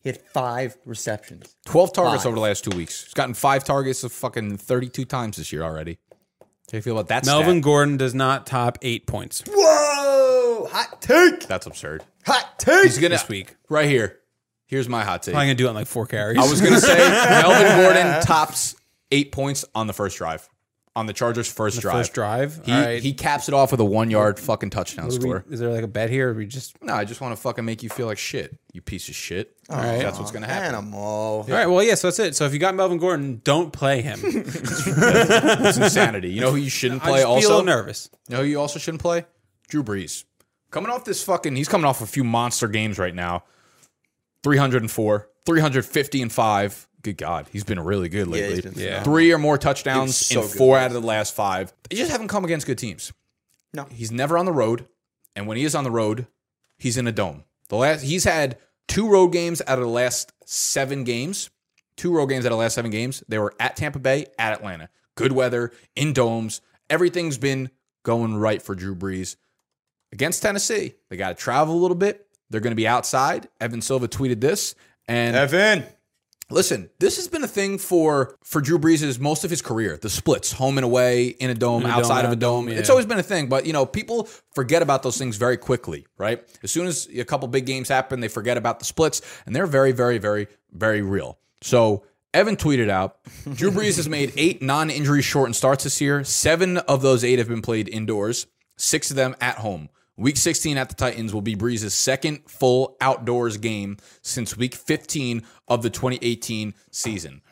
Speaker 2: he had five receptions.
Speaker 1: 12 targets
Speaker 2: Five.
Speaker 1: over the last two weeks. He's gotten five targets of fucking 32 times this year already. How do you feel about that
Speaker 3: Melvin
Speaker 1: stat?
Speaker 3: Gordon does not top eight points
Speaker 2: Whoa! Hot take!
Speaker 1: That's absurd.
Speaker 2: Hot take!
Speaker 1: He's gonna,
Speaker 3: this week.
Speaker 1: Right here. Here's my hot take.
Speaker 3: Probably
Speaker 1: I
Speaker 3: gonna do it in like four carries.
Speaker 1: was going to say Melvin Gordon tops eight points on the first drive, on the Chargers' first drive.
Speaker 3: first drive.
Speaker 1: He,
Speaker 3: All right.
Speaker 1: he caps it off with a one yard fucking touchdown
Speaker 3: Are we-
Speaker 1: score.
Speaker 3: is there like a bet here? Or we just
Speaker 1: No, I just want to fucking make you feel like shit, you piece of shit. All
Speaker 3: right.
Speaker 1: That's what's going to happen.
Speaker 2: Animal.
Speaker 3: all right. Well, yeah. So that's it. So if you got Melvin Gordon, don't play him.
Speaker 1: It's insanity. You know who you shouldn't
Speaker 3: I
Speaker 1: play
Speaker 3: just feel
Speaker 1: also?
Speaker 3: nervous.
Speaker 1: No, you also shouldn't play Drew Brees. Coming off this fucking, he's coming off a few monster games right now. 304, 350 and five. Good God, he's been really good
Speaker 2: he's
Speaker 1: lately.
Speaker 2: been Yeah.
Speaker 1: Three or more touchdowns
Speaker 2: He's so
Speaker 1: in
Speaker 2: good.
Speaker 1: four out of the last five. They just haven't come against good teams.
Speaker 2: No.
Speaker 1: He's never on the road. And when he is on the road, he's in a dome. The last he's had two road games out of the last seven games. Two road games out of the last seven games. They were at Tampa Bay, at Atlanta. Good weather, in domes. Everything's been going right for Drew Brees. Against Tennessee, they got to travel a little bit. They're going to be outside. Evan Silva tweeted this, and
Speaker 2: Evan!
Speaker 1: Listen, this has been a thing for for Drew Brees' most of his career. The splits, home and away, in a dome,
Speaker 3: In a dome,
Speaker 1: outside
Speaker 3: out
Speaker 1: of a
Speaker 3: of
Speaker 1: dome.
Speaker 3: dome,
Speaker 1: It's
Speaker 3: yeah.
Speaker 1: always been a thing, but you know, people forget about those things very quickly, right? As soon as a couple big games happen, they forget about the splits, and they're very, very, very, very real. So Evan tweeted out, Drew Brees has made eight non-injury shortened starts this year. Seven of those eight have been played indoors, six of them at home. Week 16 at the Titans will be Breeze's second full outdoors game since week 15 of the 2018 season.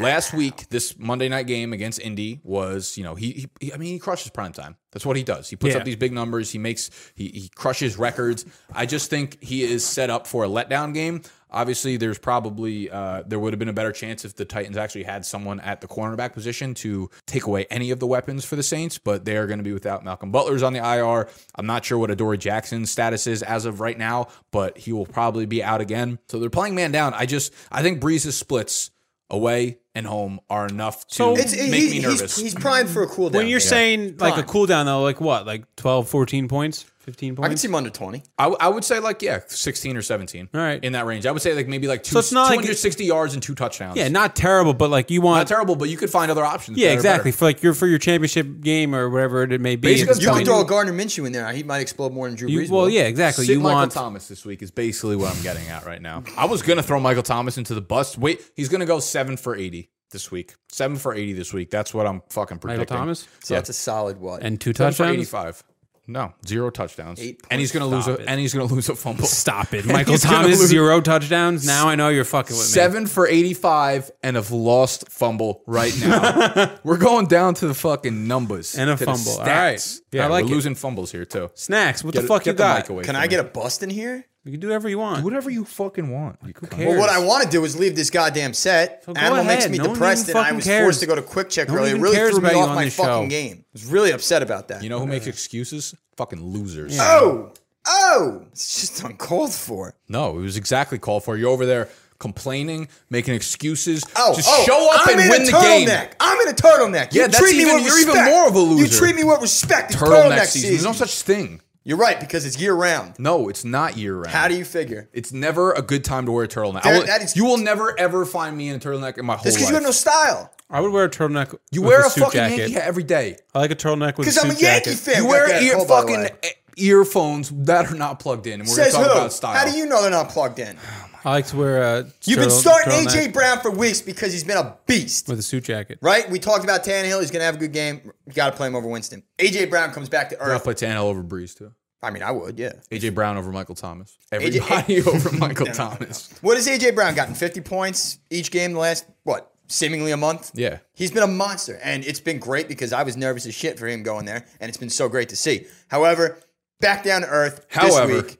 Speaker 1: Last week, this Monday night game against Indy was, you know, he, he I mean, he crushes prime time. That's what he does. He puts
Speaker 3: Yeah.
Speaker 1: up these big numbers. He makes he, he crushes records. I just think he is set up for a letdown game. Obviously, there's probably uh, there would have been a better chance if the Titans actually had someone at the cornerback position to take away any of the weapons for the Saints, but they are going to be without Malcolm Butler's on the IR. I'm not sure what Adoree Jackson's status is as of right now, but he will probably be out again. So they're playing man down. I just I think Breeze's splits away and home are enough to
Speaker 3: So-
Speaker 1: make
Speaker 2: It's, he-
Speaker 1: me
Speaker 2: he's-
Speaker 1: nervous.
Speaker 2: He's, primed for a cool down.
Speaker 3: When you're
Speaker 2: Yeah.
Speaker 3: saying like a
Speaker 2: Prime.
Speaker 3: cool down though, like what, like 12, 14 points, fifteen points?
Speaker 2: I can see him under 20.
Speaker 1: I, w- I would say like yeah, sixteen or seventeen.
Speaker 3: All right.
Speaker 1: in that range. I would say like maybe like two,
Speaker 3: So it's not like-
Speaker 1: 260 yards and two touchdowns.
Speaker 3: yeah, not terrible, but like you want.
Speaker 1: not terrible, but you could find other options.
Speaker 3: yeah,
Speaker 1: that are
Speaker 3: exactly.
Speaker 1: better.
Speaker 3: For like your for your championship game or whatever it may be.
Speaker 1: Basically,
Speaker 3: at this
Speaker 2: You
Speaker 1: Fine.
Speaker 2: could
Speaker 3: point.
Speaker 2: throw a Gardner Minshew in there. He might explode more than Drew
Speaker 3: You-
Speaker 2: Brees.
Speaker 3: well,
Speaker 2: will.
Speaker 3: yeah, exactly.
Speaker 1: Sit
Speaker 3: you
Speaker 1: Michael
Speaker 3: want
Speaker 1: Thomas this week is basically what I'm getting at right now. I was gonna throw Michael Thomas into the bus. Wait, he's gonna go seven for eighty this week. Seven for eighty this week. That's what I'm fucking predicting.
Speaker 3: Michael Thomas
Speaker 2: So that's a solid what?
Speaker 3: and two
Speaker 1: seven for
Speaker 3: touchdowns.
Speaker 1: eighty-five. No, zero touchdowns.
Speaker 2: Eight
Speaker 1: and he's gonna lose. A,
Speaker 3: Stop it.
Speaker 1: and he's gonna lose a fumble.
Speaker 3: Stop it, Michael
Speaker 1: He's gonna
Speaker 3: Thomas
Speaker 1: lose-
Speaker 3: zero touchdowns. Now I know you're fucking with me.
Speaker 1: Seven for 85 and have lost fumble right now. we're going down to the fucking numbers.
Speaker 3: And a
Speaker 1: to the
Speaker 3: fumble. All
Speaker 1: stats.
Speaker 3: right.
Speaker 1: Yeah,
Speaker 3: I like
Speaker 1: we're
Speaker 3: it.
Speaker 1: losing fumbles here, too.
Speaker 3: Snacks. What
Speaker 1: Get-
Speaker 3: the fuck
Speaker 1: get
Speaker 3: you got?
Speaker 1: mic away
Speaker 2: Can
Speaker 1: from
Speaker 2: I
Speaker 1: me.
Speaker 2: get a bust in here?
Speaker 3: You can do whatever you want.
Speaker 1: Whatever you fucking want. You cunt.
Speaker 3: cares?
Speaker 2: What I want to do is leave this goddamn set.
Speaker 3: go
Speaker 2: Animal makes
Speaker 3: ahead.
Speaker 2: me
Speaker 3: No one
Speaker 2: depressed,
Speaker 3: even
Speaker 2: and I
Speaker 3: fucking
Speaker 2: was
Speaker 3: cares.
Speaker 2: forced to go to quick check
Speaker 3: No one
Speaker 2: earlier. It
Speaker 3: even
Speaker 2: really
Speaker 3: cares
Speaker 2: threw me
Speaker 3: about you
Speaker 2: off
Speaker 3: on
Speaker 2: my
Speaker 3: this
Speaker 2: fucking
Speaker 3: show.
Speaker 2: game. I was really upset about that.
Speaker 1: You know who makes excuses? Fucking losers.
Speaker 2: oh, oh, it's just uncalled for.
Speaker 1: No, it was exactly called for. You're over there complaining, making excuses.
Speaker 2: Oh,
Speaker 1: Just
Speaker 2: oh,
Speaker 1: show up
Speaker 2: I'm
Speaker 1: and
Speaker 2: in
Speaker 1: win
Speaker 2: a
Speaker 1: the game.
Speaker 2: turtleneck. I'm in a turtleneck. You
Speaker 1: Yeah, that's
Speaker 2: treat me
Speaker 1: even-
Speaker 2: with
Speaker 1: you're even
Speaker 2: respect.
Speaker 1: more of a
Speaker 2: You
Speaker 1: loser.
Speaker 2: treat me with respect. It's
Speaker 1: Turtleneck
Speaker 2: turtleneck,
Speaker 1: season.
Speaker 2: season.
Speaker 1: There's no such thing.
Speaker 2: You're right because it's year round.
Speaker 1: No, it's not year round.
Speaker 2: How do you figure?
Speaker 1: It's never a good time to wear a turtleneck. I
Speaker 2: That-
Speaker 1: will-
Speaker 2: that is-
Speaker 1: you will never ever find me in a turtleneck in my whole
Speaker 2: It's
Speaker 1: life.
Speaker 2: because you have no style.
Speaker 3: I would wear a turtleneck.
Speaker 1: You
Speaker 3: with
Speaker 1: wear
Speaker 3: a,
Speaker 1: a
Speaker 3: suit
Speaker 1: fucking
Speaker 3: jacket.
Speaker 1: Yankee hat every day.
Speaker 3: I like a turtleneck with a
Speaker 2: Because
Speaker 3: suit
Speaker 2: I'm a Yankee
Speaker 3: jacket.
Speaker 2: fan.
Speaker 1: You
Speaker 2: Got
Speaker 1: wear
Speaker 2: that
Speaker 1: ear,
Speaker 2: cold, by the
Speaker 1: fucking
Speaker 2: way.
Speaker 1: e- earphones that are not plugged in, and we're going to
Speaker 2: Says
Speaker 1: talk
Speaker 2: who?
Speaker 1: about style.
Speaker 2: How do you know they're not plugged in?
Speaker 3: I like to wear a.
Speaker 2: You've been
Speaker 3: turtle-
Speaker 2: starting
Speaker 3: turtleneck
Speaker 2: AJ Brown for weeks because he's been a beast,
Speaker 3: with a suit jacket.
Speaker 2: right? We talked about Tannehill. He's going to have a good game. You got to play him over Winston. AJ Brown comes back to
Speaker 1: You're gonna
Speaker 2: earth.
Speaker 1: play Tannehill over Breeze too.
Speaker 2: I mean, I would, yeah.
Speaker 1: AJ Brown over Michael Thomas.
Speaker 2: AJ
Speaker 1: Everybody over Michael Thomas.
Speaker 2: What has AJ Brown gotten? 50 points each game the last what? Seemingly a month.
Speaker 1: Yeah.
Speaker 2: He's been a monster, and it's been great because I was nervous as shit for him going there, and it's been so great to see. However, back down to earth
Speaker 1: However.
Speaker 2: this week.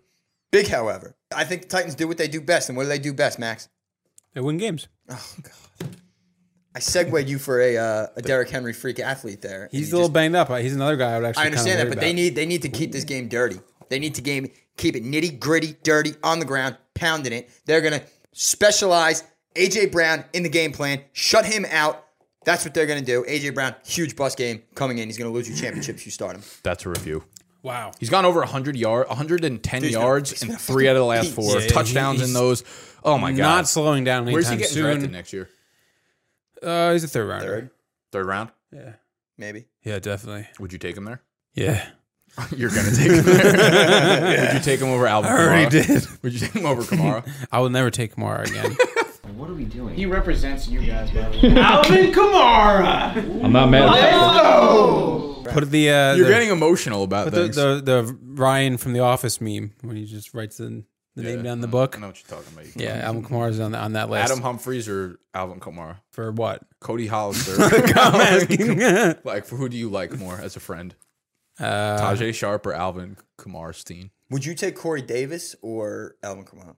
Speaker 2: Big however. I think the Titans do what they do best, and what do they do best, Max?
Speaker 3: They win games.
Speaker 2: I segued you for a uh, a Derrick Henry freak athlete there.
Speaker 3: He's a
Speaker 2: and you
Speaker 3: little
Speaker 2: just-
Speaker 3: banged up. He's another guy I would actually.
Speaker 2: I understand that,
Speaker 3: kinda
Speaker 2: but
Speaker 3: worry
Speaker 2: they
Speaker 3: about.
Speaker 2: need they need to keep this game dirty. They need to game keep it nitty gritty, dirty on the ground. pounding it. They're going to specialize AJ Brown in the game plan, shut him out. That's what they're going to do. AJ Brown, huge bust game coming in. He's going to lose you championships. You start him.
Speaker 1: That's a review.
Speaker 3: Wow.
Speaker 1: He's gone over 100 yard, 110
Speaker 2: Dude, he's been-
Speaker 1: yards
Speaker 2: he's
Speaker 1: in
Speaker 2: been a
Speaker 1: three out of the last
Speaker 2: beast.
Speaker 1: four.
Speaker 3: Yeah,
Speaker 1: Touchdowns
Speaker 3: he's
Speaker 1: in those. Oh my god.
Speaker 3: Not slowing down anytime
Speaker 1: Where's he getting
Speaker 3: soon.
Speaker 1: drafted next year?
Speaker 3: Uh, he's a third rounder.
Speaker 2: Third,
Speaker 1: Third round?
Speaker 3: Yeah.
Speaker 2: maybe.
Speaker 3: Yeah, definitely.
Speaker 1: Would you take him there?
Speaker 3: Yeah.
Speaker 1: You're gonna take him there. Would you take him over Alvin?
Speaker 3: I already
Speaker 1: Kamara?
Speaker 3: did.
Speaker 1: Would you take him over Kamara?
Speaker 3: I will never take Kamara again.
Speaker 5: He represents you guys, by the way.
Speaker 7: Alvin Kamara.
Speaker 8: I'm not mad at that.
Speaker 3: Put the uh,
Speaker 1: You're
Speaker 3: the,
Speaker 1: getting emotional about
Speaker 3: put
Speaker 1: things.
Speaker 3: the, the the Ryan from The Office meme when he just writes the, the name down in the book.
Speaker 1: I know what you're talking about.
Speaker 3: Yeah,
Speaker 2: Um,
Speaker 3: Alvin Kamara's on on that list
Speaker 1: Adam Humphries or Alvin Kamara?
Speaker 3: for what?
Speaker 1: Cody Hollister. like, who do you like more as a friend?
Speaker 3: Uh,
Speaker 1: Tajay Sharp or Alvin Kamara Steen?
Speaker 2: Would you take Corey Davis or Alvin Kamara?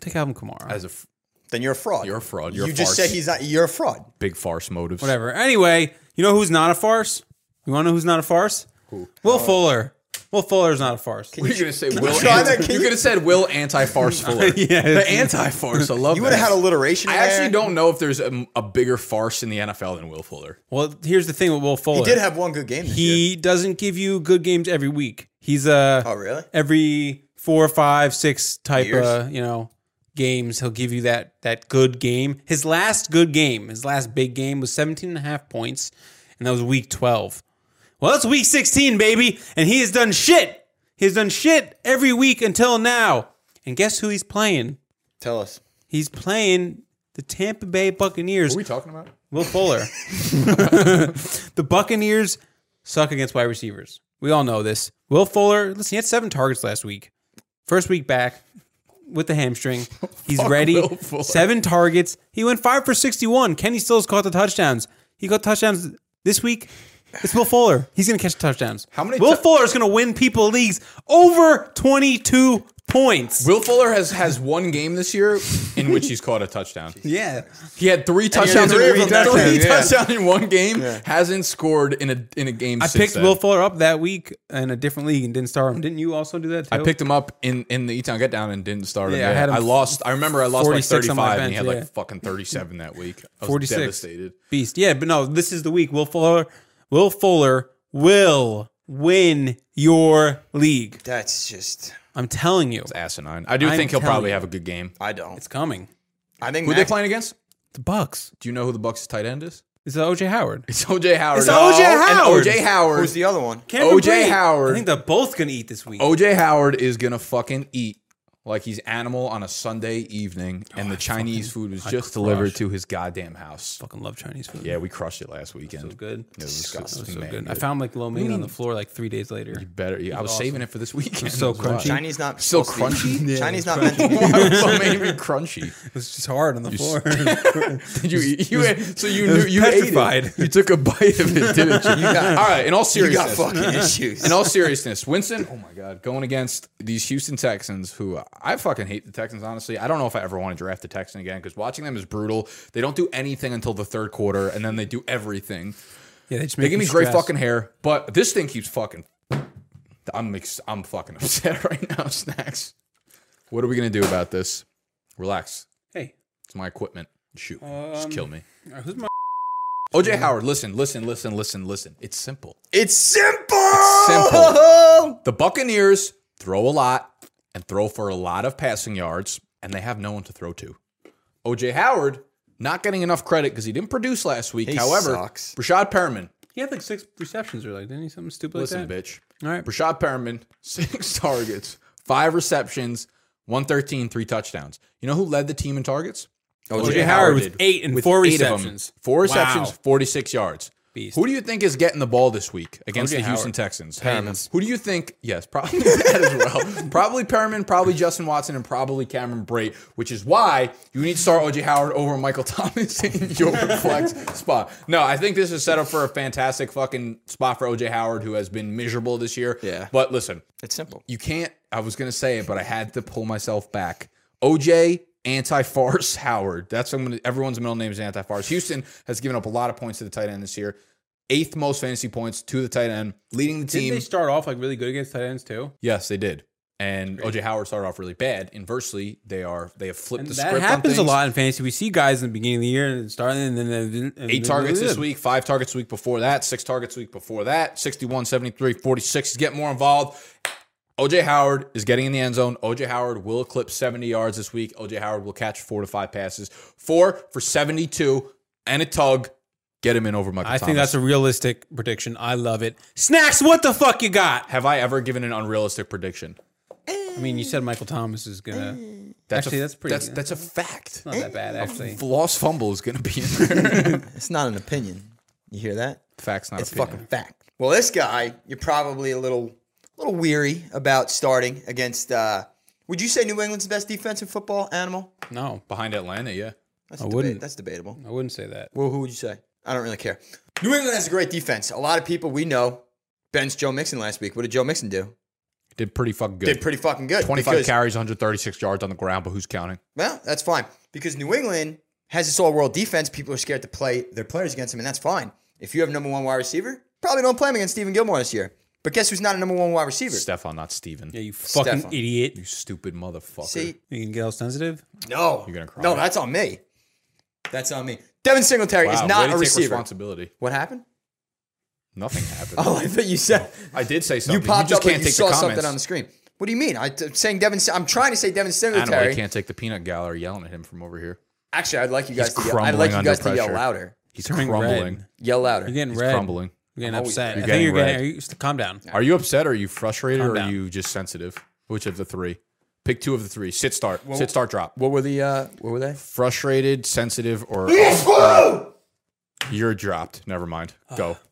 Speaker 3: take Alvin Kamara.
Speaker 1: As a f-
Speaker 2: Then you're a fraud.
Speaker 1: You're a fraud. You're
Speaker 2: you
Speaker 1: a
Speaker 2: just
Speaker 1: farce.
Speaker 2: said he's not. You're a fraud.
Speaker 1: big farce motives.
Speaker 3: Whatever. Anyway, you know who's not a farce? You want to know who's not a farce? Who?
Speaker 2: Uh,
Speaker 3: Will Fuller. Will Fuller's not a farce.
Speaker 1: What are you gonna say? Will
Speaker 2: you try that?
Speaker 1: anti-
Speaker 2: Can
Speaker 1: you
Speaker 2: you-
Speaker 1: could have said Will anti farce Fuller.
Speaker 3: Yeah,
Speaker 1: the anti farce. I love.
Speaker 2: You would have
Speaker 1: that.
Speaker 2: had alliteration.
Speaker 1: I
Speaker 2: in there.
Speaker 1: actually don't know if there's a, a bigger farce in the NFL than Will Fuller.
Speaker 3: Well, here's the thing with Will Fuller.
Speaker 2: He did have one good game. This year.
Speaker 3: He doesn't give you good games every week. He's a
Speaker 2: Oh really?
Speaker 3: every four, five, six type
Speaker 2: Years.
Speaker 3: of you know games. He'll give you that that good game. His last good game, his last big game was 17 and a half points, and that was week 12. Well, it's week 16, baby, and he has done shit. He has done shit every week until now. And guess who he's playing?
Speaker 2: Tell us.
Speaker 3: He's playing the Tampa Bay Buccaneers.
Speaker 1: talking about?
Speaker 3: Will Fuller. the Buccaneers suck against wide receivers. We all know this. Will Fuller, listen, he had seven targets last week. First week back with the hamstring. He's ready.
Speaker 1: Will Fuller.
Speaker 3: Seven targets. He went five for 61. Kenny Stills caught the touchdowns. He got touchdowns this week. It's Will Fuller. He's going to catch the touchdowns. How
Speaker 1: many
Speaker 3: Will
Speaker 1: tou-
Speaker 3: Fuller is going to win people leagues over 22 points.
Speaker 1: Will Fuller has has one game this year in which he's caught a touchdown.
Speaker 3: yeah.
Speaker 1: He had three
Speaker 2: he had
Speaker 1: touchdowns.
Speaker 2: three
Speaker 1: in,
Speaker 2: of them
Speaker 1: three
Speaker 2: touchdowns, yeah.
Speaker 1: touchdowns in one game. Hasn't scored in a in a game.
Speaker 3: I
Speaker 1: since
Speaker 3: picked
Speaker 1: then.
Speaker 3: Will Fuller up that week in a different league and didn't start him. Didn't you also do that too?
Speaker 1: I picked him up in in the E Town Get Down and didn't start him.
Speaker 3: Yeah, I
Speaker 1: Yeah, I,
Speaker 3: had him
Speaker 1: lost. I remember I lost by
Speaker 3: 46
Speaker 1: 35
Speaker 3: on my
Speaker 1: and he
Speaker 3: bench,
Speaker 1: had
Speaker 3: yeah.
Speaker 1: like fucking 37 that week. I was
Speaker 3: 46.
Speaker 1: devastated.
Speaker 3: beast. Yeah, but no, this is the week. Will Fuller, Will Fuller will win your league.
Speaker 2: That's just.
Speaker 3: I'm telling you,
Speaker 1: It's asinine. I do
Speaker 3: I'm
Speaker 1: think he'll
Speaker 3: telling
Speaker 1: probably
Speaker 3: you.
Speaker 1: have a good game.
Speaker 2: I don't.
Speaker 3: it's coming.
Speaker 2: I think
Speaker 1: Who they
Speaker 2: Mac-
Speaker 1: playing against?
Speaker 3: The Bucks.
Speaker 1: Do you know who the Bucks' tight end is?
Speaker 3: It's OJ Howard.
Speaker 1: It's OJ Howard.
Speaker 3: It's O.J.
Speaker 1: No, and
Speaker 3: Howard.
Speaker 1: OJ Howard.
Speaker 2: Who's the other one?
Speaker 3: Cameron
Speaker 1: O.J.
Speaker 3: Brate.
Speaker 1: Howard. Oh.
Speaker 3: I think they're both gonna eat this week.
Speaker 1: OJ Howard is gonna fucking eat like he's animal on a Sunday evening, and
Speaker 3: Oh,
Speaker 1: the Chinese food was just delivered to his goddamn house.
Speaker 3: fucking love Chinese food.
Speaker 1: Yeah, we crushed it last weekend.
Speaker 3: so good.
Speaker 1: It was disgusting.
Speaker 3: so
Speaker 1: man.
Speaker 3: good. I found like lo mein on the floor like three days later.
Speaker 1: better. Yeah, I was saving it for this weekend.
Speaker 3: so
Speaker 1: That's why.
Speaker 3: crunchy.
Speaker 2: Chinese not
Speaker 1: Still
Speaker 2: supposed to be-
Speaker 1: crunchy.
Speaker 2: Chinese not meant to be-
Speaker 1: so maybe crunchy.
Speaker 3: It was just hard on the floor.
Speaker 1: Did you eat? You ate, so you knew
Speaker 3: was
Speaker 1: you
Speaker 3: petrified.
Speaker 1: ate it. You took a bite of it, didn't you? all right. In all
Speaker 2: You got
Speaker 1: seriousness,
Speaker 2: fucking issues.
Speaker 1: in all seriousness, Winston. Oh my God, going against these Houston Texans, who uh, I fucking hate the Texans. Honestly, I don't know if I ever want to draft the Texan again because watching them is brutal. They don't do anything until the third quarter, and then they do everything.
Speaker 3: yeah, they just
Speaker 1: They
Speaker 3: make
Speaker 1: give
Speaker 3: you
Speaker 1: me great
Speaker 3: stressed.
Speaker 1: fucking hair, but this thing keeps fucking. I'm ex- I'm fucking upset right now. Snacks. What are we gonna do about this? Relax.
Speaker 3: Hey,
Speaker 1: It's my equipment. Shoot, me. just kill
Speaker 2: Um,
Speaker 1: me.
Speaker 3: all right, who's my
Speaker 1: OJ Howard, listen, listen, listen, listen, listen. It's simple.
Speaker 2: It's simple.
Speaker 1: simple. The Buccaneers throw a lot and throw for a lot of passing yards, and they have no one to throw to. OJ Howard not getting enough credit because he didn't produce last week.
Speaker 2: He
Speaker 1: However,
Speaker 2: sucks.
Speaker 1: Rashad Perriman,
Speaker 3: He had like six receptions or like didn't he something stupid
Speaker 1: listen,
Speaker 3: like that?
Speaker 1: bitch.
Speaker 3: All right.
Speaker 1: Rashad Perriman, six targets, five receptions, 113, three touchdowns. You know who led the team in targets?
Speaker 3: OJ Howard with
Speaker 1: did,
Speaker 3: eight and four
Speaker 1: eight of 'em.
Speaker 3: receptions.
Speaker 1: Four receptions,
Speaker 3: Wow.
Speaker 1: 46 yards.
Speaker 3: Beast.
Speaker 1: Who do you think is getting the ball this week against
Speaker 3: O.J.
Speaker 1: the Houston
Speaker 3: Howard.
Speaker 1: Texans?
Speaker 3: Titans.
Speaker 1: Who do you think? Yes, probably that as well. probably Perriman, probably Justin Watson, and probably Cameron Brate, which is why you need to start OJ Howard over Michael Thomas in your flex spot. No, I think this is set up for a fantastic fucking spot for OJ Howard, who has been miserable this year.
Speaker 2: Yeah.
Speaker 1: But listen,
Speaker 2: It's simple.
Speaker 1: you can't. I was gonna say it, but I had to pull myself back. OJ anti-farce Howard. That's I'm gonna, everyone's middle name is anti-farce. Houston has given up a lot of points to the tight end this year. Eighth most fantasy points to the tight end, leading the
Speaker 3: Didn't
Speaker 1: team.
Speaker 3: they start off like really good against tight ends too?
Speaker 1: yes, they did. And OJ Howard started off really bad. Inversely, they are they have flipped
Speaker 3: And
Speaker 1: the
Speaker 3: that
Speaker 1: script. on
Speaker 3: happens a
Speaker 1: things.
Speaker 3: lot in fantasy. We see guys in the beginning of the year and starting, and then and then-
Speaker 1: Eight targets this week, five targets the week before that, six targets the week before that, 61, 73, 46. He's getting more involved. OJ Howard is getting in the end zone. OJ Howard will eclipse 70 yards this week. OJ Howard will catch four to five passes. Four for 72 and a tug. Get him in over Michael
Speaker 3: I
Speaker 1: Thomas.
Speaker 3: think that's a realistic prediction. I love it. Snacks, what the fuck you got?
Speaker 1: Have I ever given an unrealistic prediction?
Speaker 3: I mean, you said Michael Thomas is gonna.
Speaker 1: That's
Speaker 3: Actually,
Speaker 1: a,
Speaker 3: that's pretty-
Speaker 1: That's, that's a fact.
Speaker 3: Not that bad, actually.
Speaker 1: Lost fumble is going to be in there.
Speaker 2: It's not an opinion. You hear that?
Speaker 1: Facts, not
Speaker 2: It's
Speaker 1: opinion.
Speaker 2: fucking fact. Well, this guy, you're probably a little, little weary about starting against. Uh, would you say New England's the best defense in football? Animal.
Speaker 3: No,
Speaker 1: behind Atlanta. Yeah,
Speaker 2: That's
Speaker 3: I
Speaker 2: deba-
Speaker 3: wouldn't.
Speaker 2: That's debatable.
Speaker 3: I wouldn't say that.
Speaker 2: Well, who would you say? I don't really care. New England has a great defense. A lot of people we know benched Joe Mixon last week. What did Joe Mixon do?
Speaker 1: did pretty fucking good.
Speaker 2: Did pretty fucking good.
Speaker 1: 25
Speaker 2: because-
Speaker 1: carries, 136 yards on the ground, but who's counting?
Speaker 2: Well, that's fine because New England has this all-world defense. People are scared to play their players against them, and that's fine. If you have number one wide receiver, probably don't play him against Stephen Gilmore this year. But guess who's not a number one wide receiver?
Speaker 1: Stefan, not Steven.
Speaker 3: Yeah, you fucking
Speaker 2: Stefan.
Speaker 3: idiot.
Speaker 1: You stupid motherfucker.
Speaker 2: See,
Speaker 3: You can get all sensitive.
Speaker 2: no,
Speaker 1: You're gonna cry.
Speaker 2: No, that's on me. That's on me. Devin Singletary
Speaker 1: Wow,
Speaker 2: is
Speaker 1: way to
Speaker 2: not a
Speaker 1: take
Speaker 2: receiver.
Speaker 1: responsibility.
Speaker 2: What happened?
Speaker 1: Nothing happened.
Speaker 2: Oh, I thought you said
Speaker 1: I did say
Speaker 2: you
Speaker 1: something.
Speaker 2: popped
Speaker 1: just
Speaker 2: up and
Speaker 1: can't
Speaker 2: you
Speaker 1: take the
Speaker 2: saw
Speaker 1: comments.
Speaker 2: something on the screen. What do you mean? I, am saying Devin. I'm trying to say Devin
Speaker 1: Animal,
Speaker 2: Singletary.
Speaker 1: I can't take the peanut gallery yelling at him from over here.
Speaker 2: Actually, I'd like you
Speaker 1: He's
Speaker 2: guys to. Yell, I'd
Speaker 1: crumbling
Speaker 2: like you
Speaker 1: under
Speaker 2: guys to yell
Speaker 1: pressure.
Speaker 2: louder.
Speaker 1: He's
Speaker 3: turning
Speaker 1: crumbling.
Speaker 3: red.
Speaker 2: Yell louder.
Speaker 3: You're getting
Speaker 1: He's
Speaker 3: red.
Speaker 1: crumbling.
Speaker 3: You're getting
Speaker 2: always-
Speaker 1: Oh,
Speaker 3: upset.
Speaker 1: You're
Speaker 3: I think
Speaker 1: getting
Speaker 3: you're
Speaker 1: red.
Speaker 3: getting. Are you, calm down.
Speaker 1: Are you upset? Or are you frustrated?
Speaker 3: Calm
Speaker 1: or are
Speaker 3: down.
Speaker 1: you just sensitive? Which of the three? Pick two of the three. Sit start. Sit start drop.
Speaker 2: What were the? Uh, what were they?
Speaker 1: Frustrated, sensitive, or
Speaker 2: Uh,
Speaker 1: you're dropped. Never mind. Go.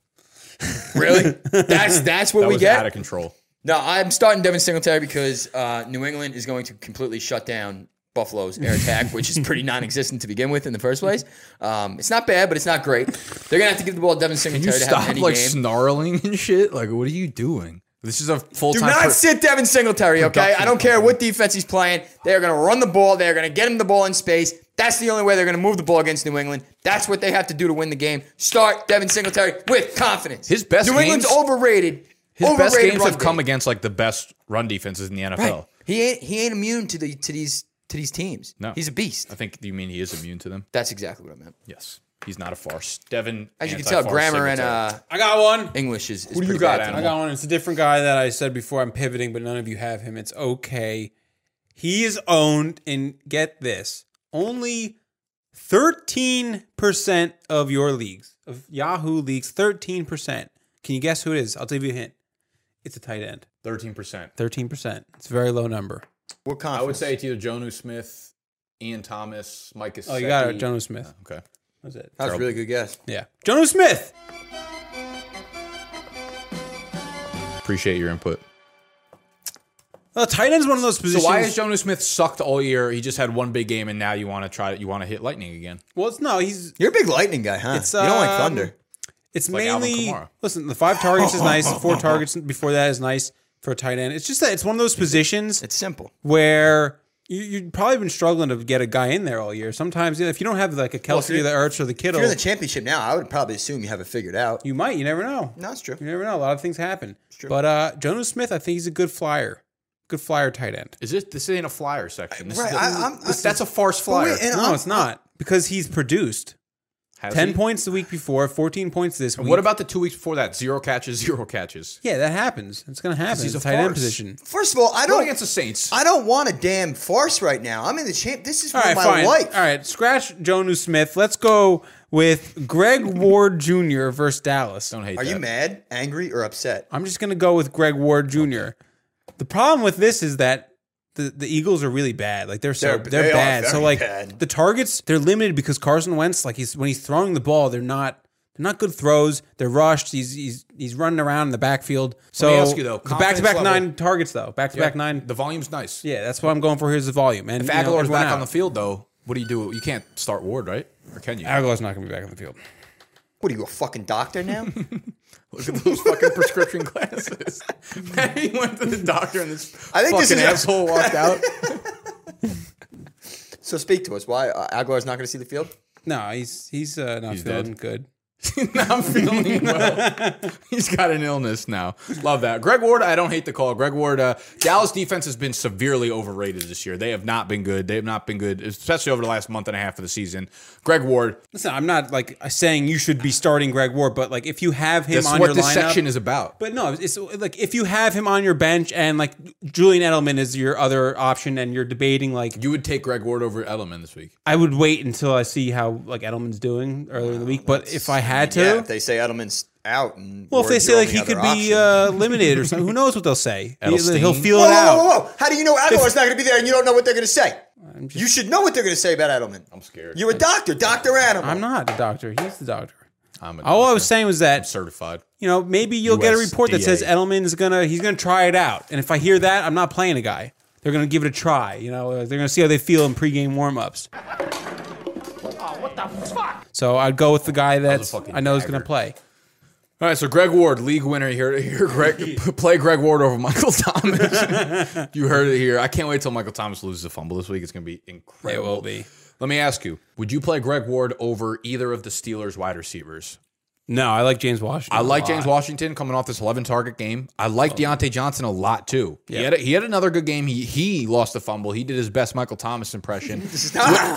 Speaker 2: Really? That's that's what
Speaker 1: That
Speaker 2: Uh, we
Speaker 1: was out of
Speaker 2: get.
Speaker 1: control.
Speaker 2: No, I'm starting Devin Singletary because uh, New England is going to completely shut down Buffalo's air attack, which is pretty non-existent to begin with in the first place. Um, it's not bad, but it's not great. They're gonna have to give the ball to Devin
Speaker 1: Can you
Speaker 2: Singletary to have
Speaker 1: stop
Speaker 2: any
Speaker 1: like
Speaker 2: game.
Speaker 1: snarling and shit? Like, what are you doing? This is a full
Speaker 2: Do
Speaker 1: time.
Speaker 2: not sit Devin Singletary, okay? I don't care what defense he's playing. They are going to run the ball. They are going to get him the ball in space. That's the only way they're going to move the ball against New England. That's what they have to do to win the game. Start Devin Singletary with confidence.
Speaker 1: His best
Speaker 2: New England's
Speaker 1: games-
Speaker 2: overrated.
Speaker 1: His
Speaker 2: overrated
Speaker 1: best games
Speaker 2: run
Speaker 1: have come
Speaker 2: game.
Speaker 1: against like the best run defenses in the NFL.
Speaker 2: Right. He ain't he ain't immune to the to these to these teams.
Speaker 1: No. Uh,
Speaker 2: he's a beast.
Speaker 1: I think you mean he is immune to them.
Speaker 2: That's exactly what I meant.
Speaker 1: Yes, he's not a farce. Devin,
Speaker 2: As you can tell,
Speaker 1: anti-farce
Speaker 2: grammar and
Speaker 1: Singletary.
Speaker 2: uh,
Speaker 3: I got one.
Speaker 2: English is, is
Speaker 1: do you
Speaker 2: pretty
Speaker 1: got,
Speaker 2: bad.
Speaker 1: Adam?
Speaker 3: I got one. It's a different guy that I said before. I'm pivoting, but none of you have him. It's okay. He is owned, and get this only 13% of your leagues, of Yahoo leagues, 13%. Can you guess who it is? I'll give you a hint. It's a tight end.
Speaker 1: thirteen percent.
Speaker 3: 13%. It's a very low number.
Speaker 1: I
Speaker 2: What
Speaker 1: would
Speaker 2: confidence?
Speaker 1: say it's either Jonu Smith, Ian Thomas, Mike.
Speaker 3: Oh, you got it. Jono Smith.
Speaker 1: Okay,
Speaker 3: That's it.
Speaker 2: that was a really good guess.
Speaker 3: Yeah. Jono Smith.
Speaker 1: appreciate your input.
Speaker 3: Well, tight end's one of those
Speaker 1: So
Speaker 3: positions.
Speaker 1: why has Jonu Smith sucked all year? He just had one big game, and now you want to try. You want to hit lightning again?
Speaker 3: well, it's, no, he's
Speaker 2: You're a big lightning guy, huh?
Speaker 3: It's,
Speaker 2: you don't like
Speaker 3: um,
Speaker 2: thunder.
Speaker 3: It's
Speaker 1: like Alvin
Speaker 3: mainly
Speaker 1: Kamara.
Speaker 3: listen. The five targets is nice. The four targets before that is nice for a tight end. It's just that it's one of those positions
Speaker 2: It's simple.
Speaker 3: where you, you've probably been struggling to get a guy in there all year. Sometimes you know, if you don't have like a Kelsey or the Ertz or the Kittle,
Speaker 2: If you're in the championship now, I would probably assume you have it figured out.
Speaker 3: you might. You never know.
Speaker 2: No, that's true.
Speaker 3: You never know. A lot of things happen. But uh, Jonas Smith, I think he's a good flyer. Good flyer tight end.
Speaker 1: Is this this ain't a flyer section? This is
Speaker 2: Right,
Speaker 1: the-
Speaker 2: I- I'm-
Speaker 1: this-
Speaker 2: I-
Speaker 1: that's a farce flyer.
Speaker 2: wait, and-
Speaker 3: no,
Speaker 2: I'm-
Speaker 3: it's not because he's produced
Speaker 1: Has
Speaker 3: ten
Speaker 1: he?
Speaker 3: points the week before, fourteen points this week.
Speaker 1: What about the two weeks before that? Zero catches, zero catches.
Speaker 3: Yeah, that happens. It's gonna happen.
Speaker 1: he's
Speaker 3: It's a
Speaker 1: a
Speaker 3: tight end
Speaker 1: farce.
Speaker 3: position.
Speaker 2: First of all, I
Speaker 1: Going
Speaker 2: don't.
Speaker 1: against the Saints.
Speaker 2: I don't want a damn farce right now. I'm in the champ. This is
Speaker 3: All right,
Speaker 2: my
Speaker 3: fine.
Speaker 2: life.
Speaker 3: All right, scratch Jonu Smith. Let's go with Greg Ward Jr. versus Dallas.
Speaker 1: don't hate.
Speaker 2: Are you
Speaker 1: that.
Speaker 2: mad, angry, or upset?
Speaker 3: I'm just gonna go with Greg Ward Jr. The problem with this is that the, the Eagles are really bad. Like they're so
Speaker 2: They're-
Speaker 3: they're,
Speaker 2: they are
Speaker 3: bad. So
Speaker 2: very
Speaker 3: like
Speaker 2: bad.
Speaker 3: the targets they're limited because Carson Wentz like he's when he's throwing the ball they're not they're not good throws. They're rushed. He's he's he's running around in the backfield. So
Speaker 1: me ask you, though,
Speaker 3: the back to
Speaker 1: confidence
Speaker 3: back
Speaker 1: level-
Speaker 3: nine targets though. Back to back nine.
Speaker 1: The volume's nice.
Speaker 3: Yeah, that's what I'm going for. Here's the volume. And
Speaker 1: If
Speaker 3: you know,
Speaker 1: Aguilar's
Speaker 3: everyone
Speaker 1: back on
Speaker 3: out.
Speaker 1: the field, though, what do you do? You can't start Ward, right? Or can you?
Speaker 3: Aguilar's not going to be back on the field.
Speaker 2: What are you, a fucking doctor now?
Speaker 1: Look at those fucking prescription glasses. Man, he went to the doctor and this
Speaker 2: I think this
Speaker 1: fucking
Speaker 2: is-
Speaker 1: asshole walked out.
Speaker 2: so speak to us. Why uh, Aguilar's not going to see the field?
Speaker 3: No, he's he's uh, not
Speaker 1: He's
Speaker 3: feeling
Speaker 1: dead.
Speaker 3: good.
Speaker 1: not feeling well. He's got an illness now. Love that. Greg Ward, I don't hate the call. Greg Ward, uh, Dallas defense has been severely overrated this year. They have not been good. They have not been good, especially over the last month and a half of the season. Greg Ward,
Speaker 3: Listen, I'm not like uh, saying you should be starting Greg Ward, but like if you have him
Speaker 1: that's
Speaker 3: on
Speaker 1: what
Speaker 3: your
Speaker 1: this
Speaker 3: lineup,
Speaker 1: section is about.
Speaker 3: But no, it's like if you have him on your bench and like Julian Edelman is your other option, and you're debating like
Speaker 1: you would take Greg Ward over Edelman this week.
Speaker 3: I would wait until I see how like Edelman's doing earlier in the week. But if I had to,
Speaker 2: Yeah, if they say Edelman's out, and
Speaker 3: well, if they
Speaker 2: Ward's
Speaker 3: say
Speaker 2: your
Speaker 3: like
Speaker 2: only
Speaker 3: he could
Speaker 2: other
Speaker 3: be
Speaker 2: option.
Speaker 3: uh, eliminated or something, who knows what they'll say? He,
Speaker 1: Edelstein.
Speaker 3: will feel
Speaker 2: whoa,
Speaker 3: it out.
Speaker 2: whoa, whoa, whoa! How do you know Edelman's not going to be there, and you don't know what they're going to say? you should know what they're going to say about Edelman. I'm
Speaker 1: scared.
Speaker 2: You're a doctor, Doctor Animal.
Speaker 3: I'm not the doctor. He's the doctor.
Speaker 1: I'm a
Speaker 3: All I was saying was that
Speaker 1: certified.
Speaker 3: you know, maybe you'll get a report that says
Speaker 1: USDA.
Speaker 3: Edelman is gonna he's gonna try it out, and if I hear that, I'm not playing a guy. They're gonna give it a try. You know, uh, they're gonna see how they feel in pregame warm-ups. Oh, what Oh, the fuck? So I'd go with the guy that's
Speaker 1: fucking
Speaker 3: I know is gonna
Speaker 1: dagger.
Speaker 3: play.
Speaker 1: All right, so Greg Ward, league winner here. Here, Greg, p- play Greg Ward over Michael Thomas. you heard it here. I can't wait till Michael Thomas loses a fumble this week. It's going to be incredible.
Speaker 3: be.
Speaker 1: Let me ask you: Would you play Greg Ward over either of the Steelers' wide receivers?
Speaker 3: No, I like James Washington.
Speaker 1: I
Speaker 3: a
Speaker 1: like
Speaker 3: lot.
Speaker 2: Uh,
Speaker 1: James Washington coming off this 11 target game. I like Deontay Johnson a lot too. He, had a, he had another good game. He he lost a fumble. He did his best Michael Thomas impression.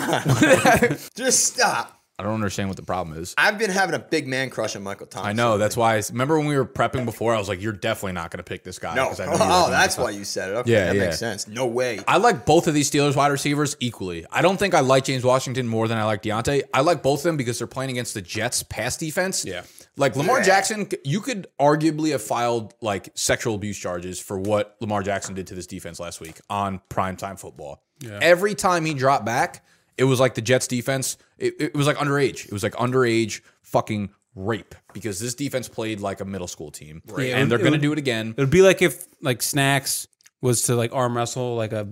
Speaker 2: Just stop.
Speaker 1: I don't understand what the problem is.
Speaker 2: I've been having a big man crush on Michael Thomas.
Speaker 1: I know that's why. I, remember when we were prepping before? I was like, "You're definitely not going to pick this guy."
Speaker 2: No.
Speaker 1: 'cause I know you
Speaker 2: Oh,
Speaker 1: like
Speaker 2: that's
Speaker 1: Michael
Speaker 2: why you said it. Okay,
Speaker 1: Yeah,
Speaker 2: that
Speaker 1: yeah.
Speaker 2: makes sense. No way.
Speaker 1: I like both of these Steelers wide receivers equally. I don't think I like James Washington more than I like Deontay. I like both of them because they're playing against the Jets pass defense.
Speaker 3: Yeah.
Speaker 1: Like Lamar Jackson, you could arguably have filed like sexual abuse charges for what Lamar Jackson did to this defense last week on primetime football. Every time he dropped back, it was like the Jets defense. It, it was like underage. It was like underage fucking rape because this defense played like a middle school team. Right.
Speaker 3: Yeah,
Speaker 1: and they're
Speaker 3: it
Speaker 1: going to
Speaker 3: would-
Speaker 1: do it again.
Speaker 3: It would be like if like Snacks was to like arm wrestle like a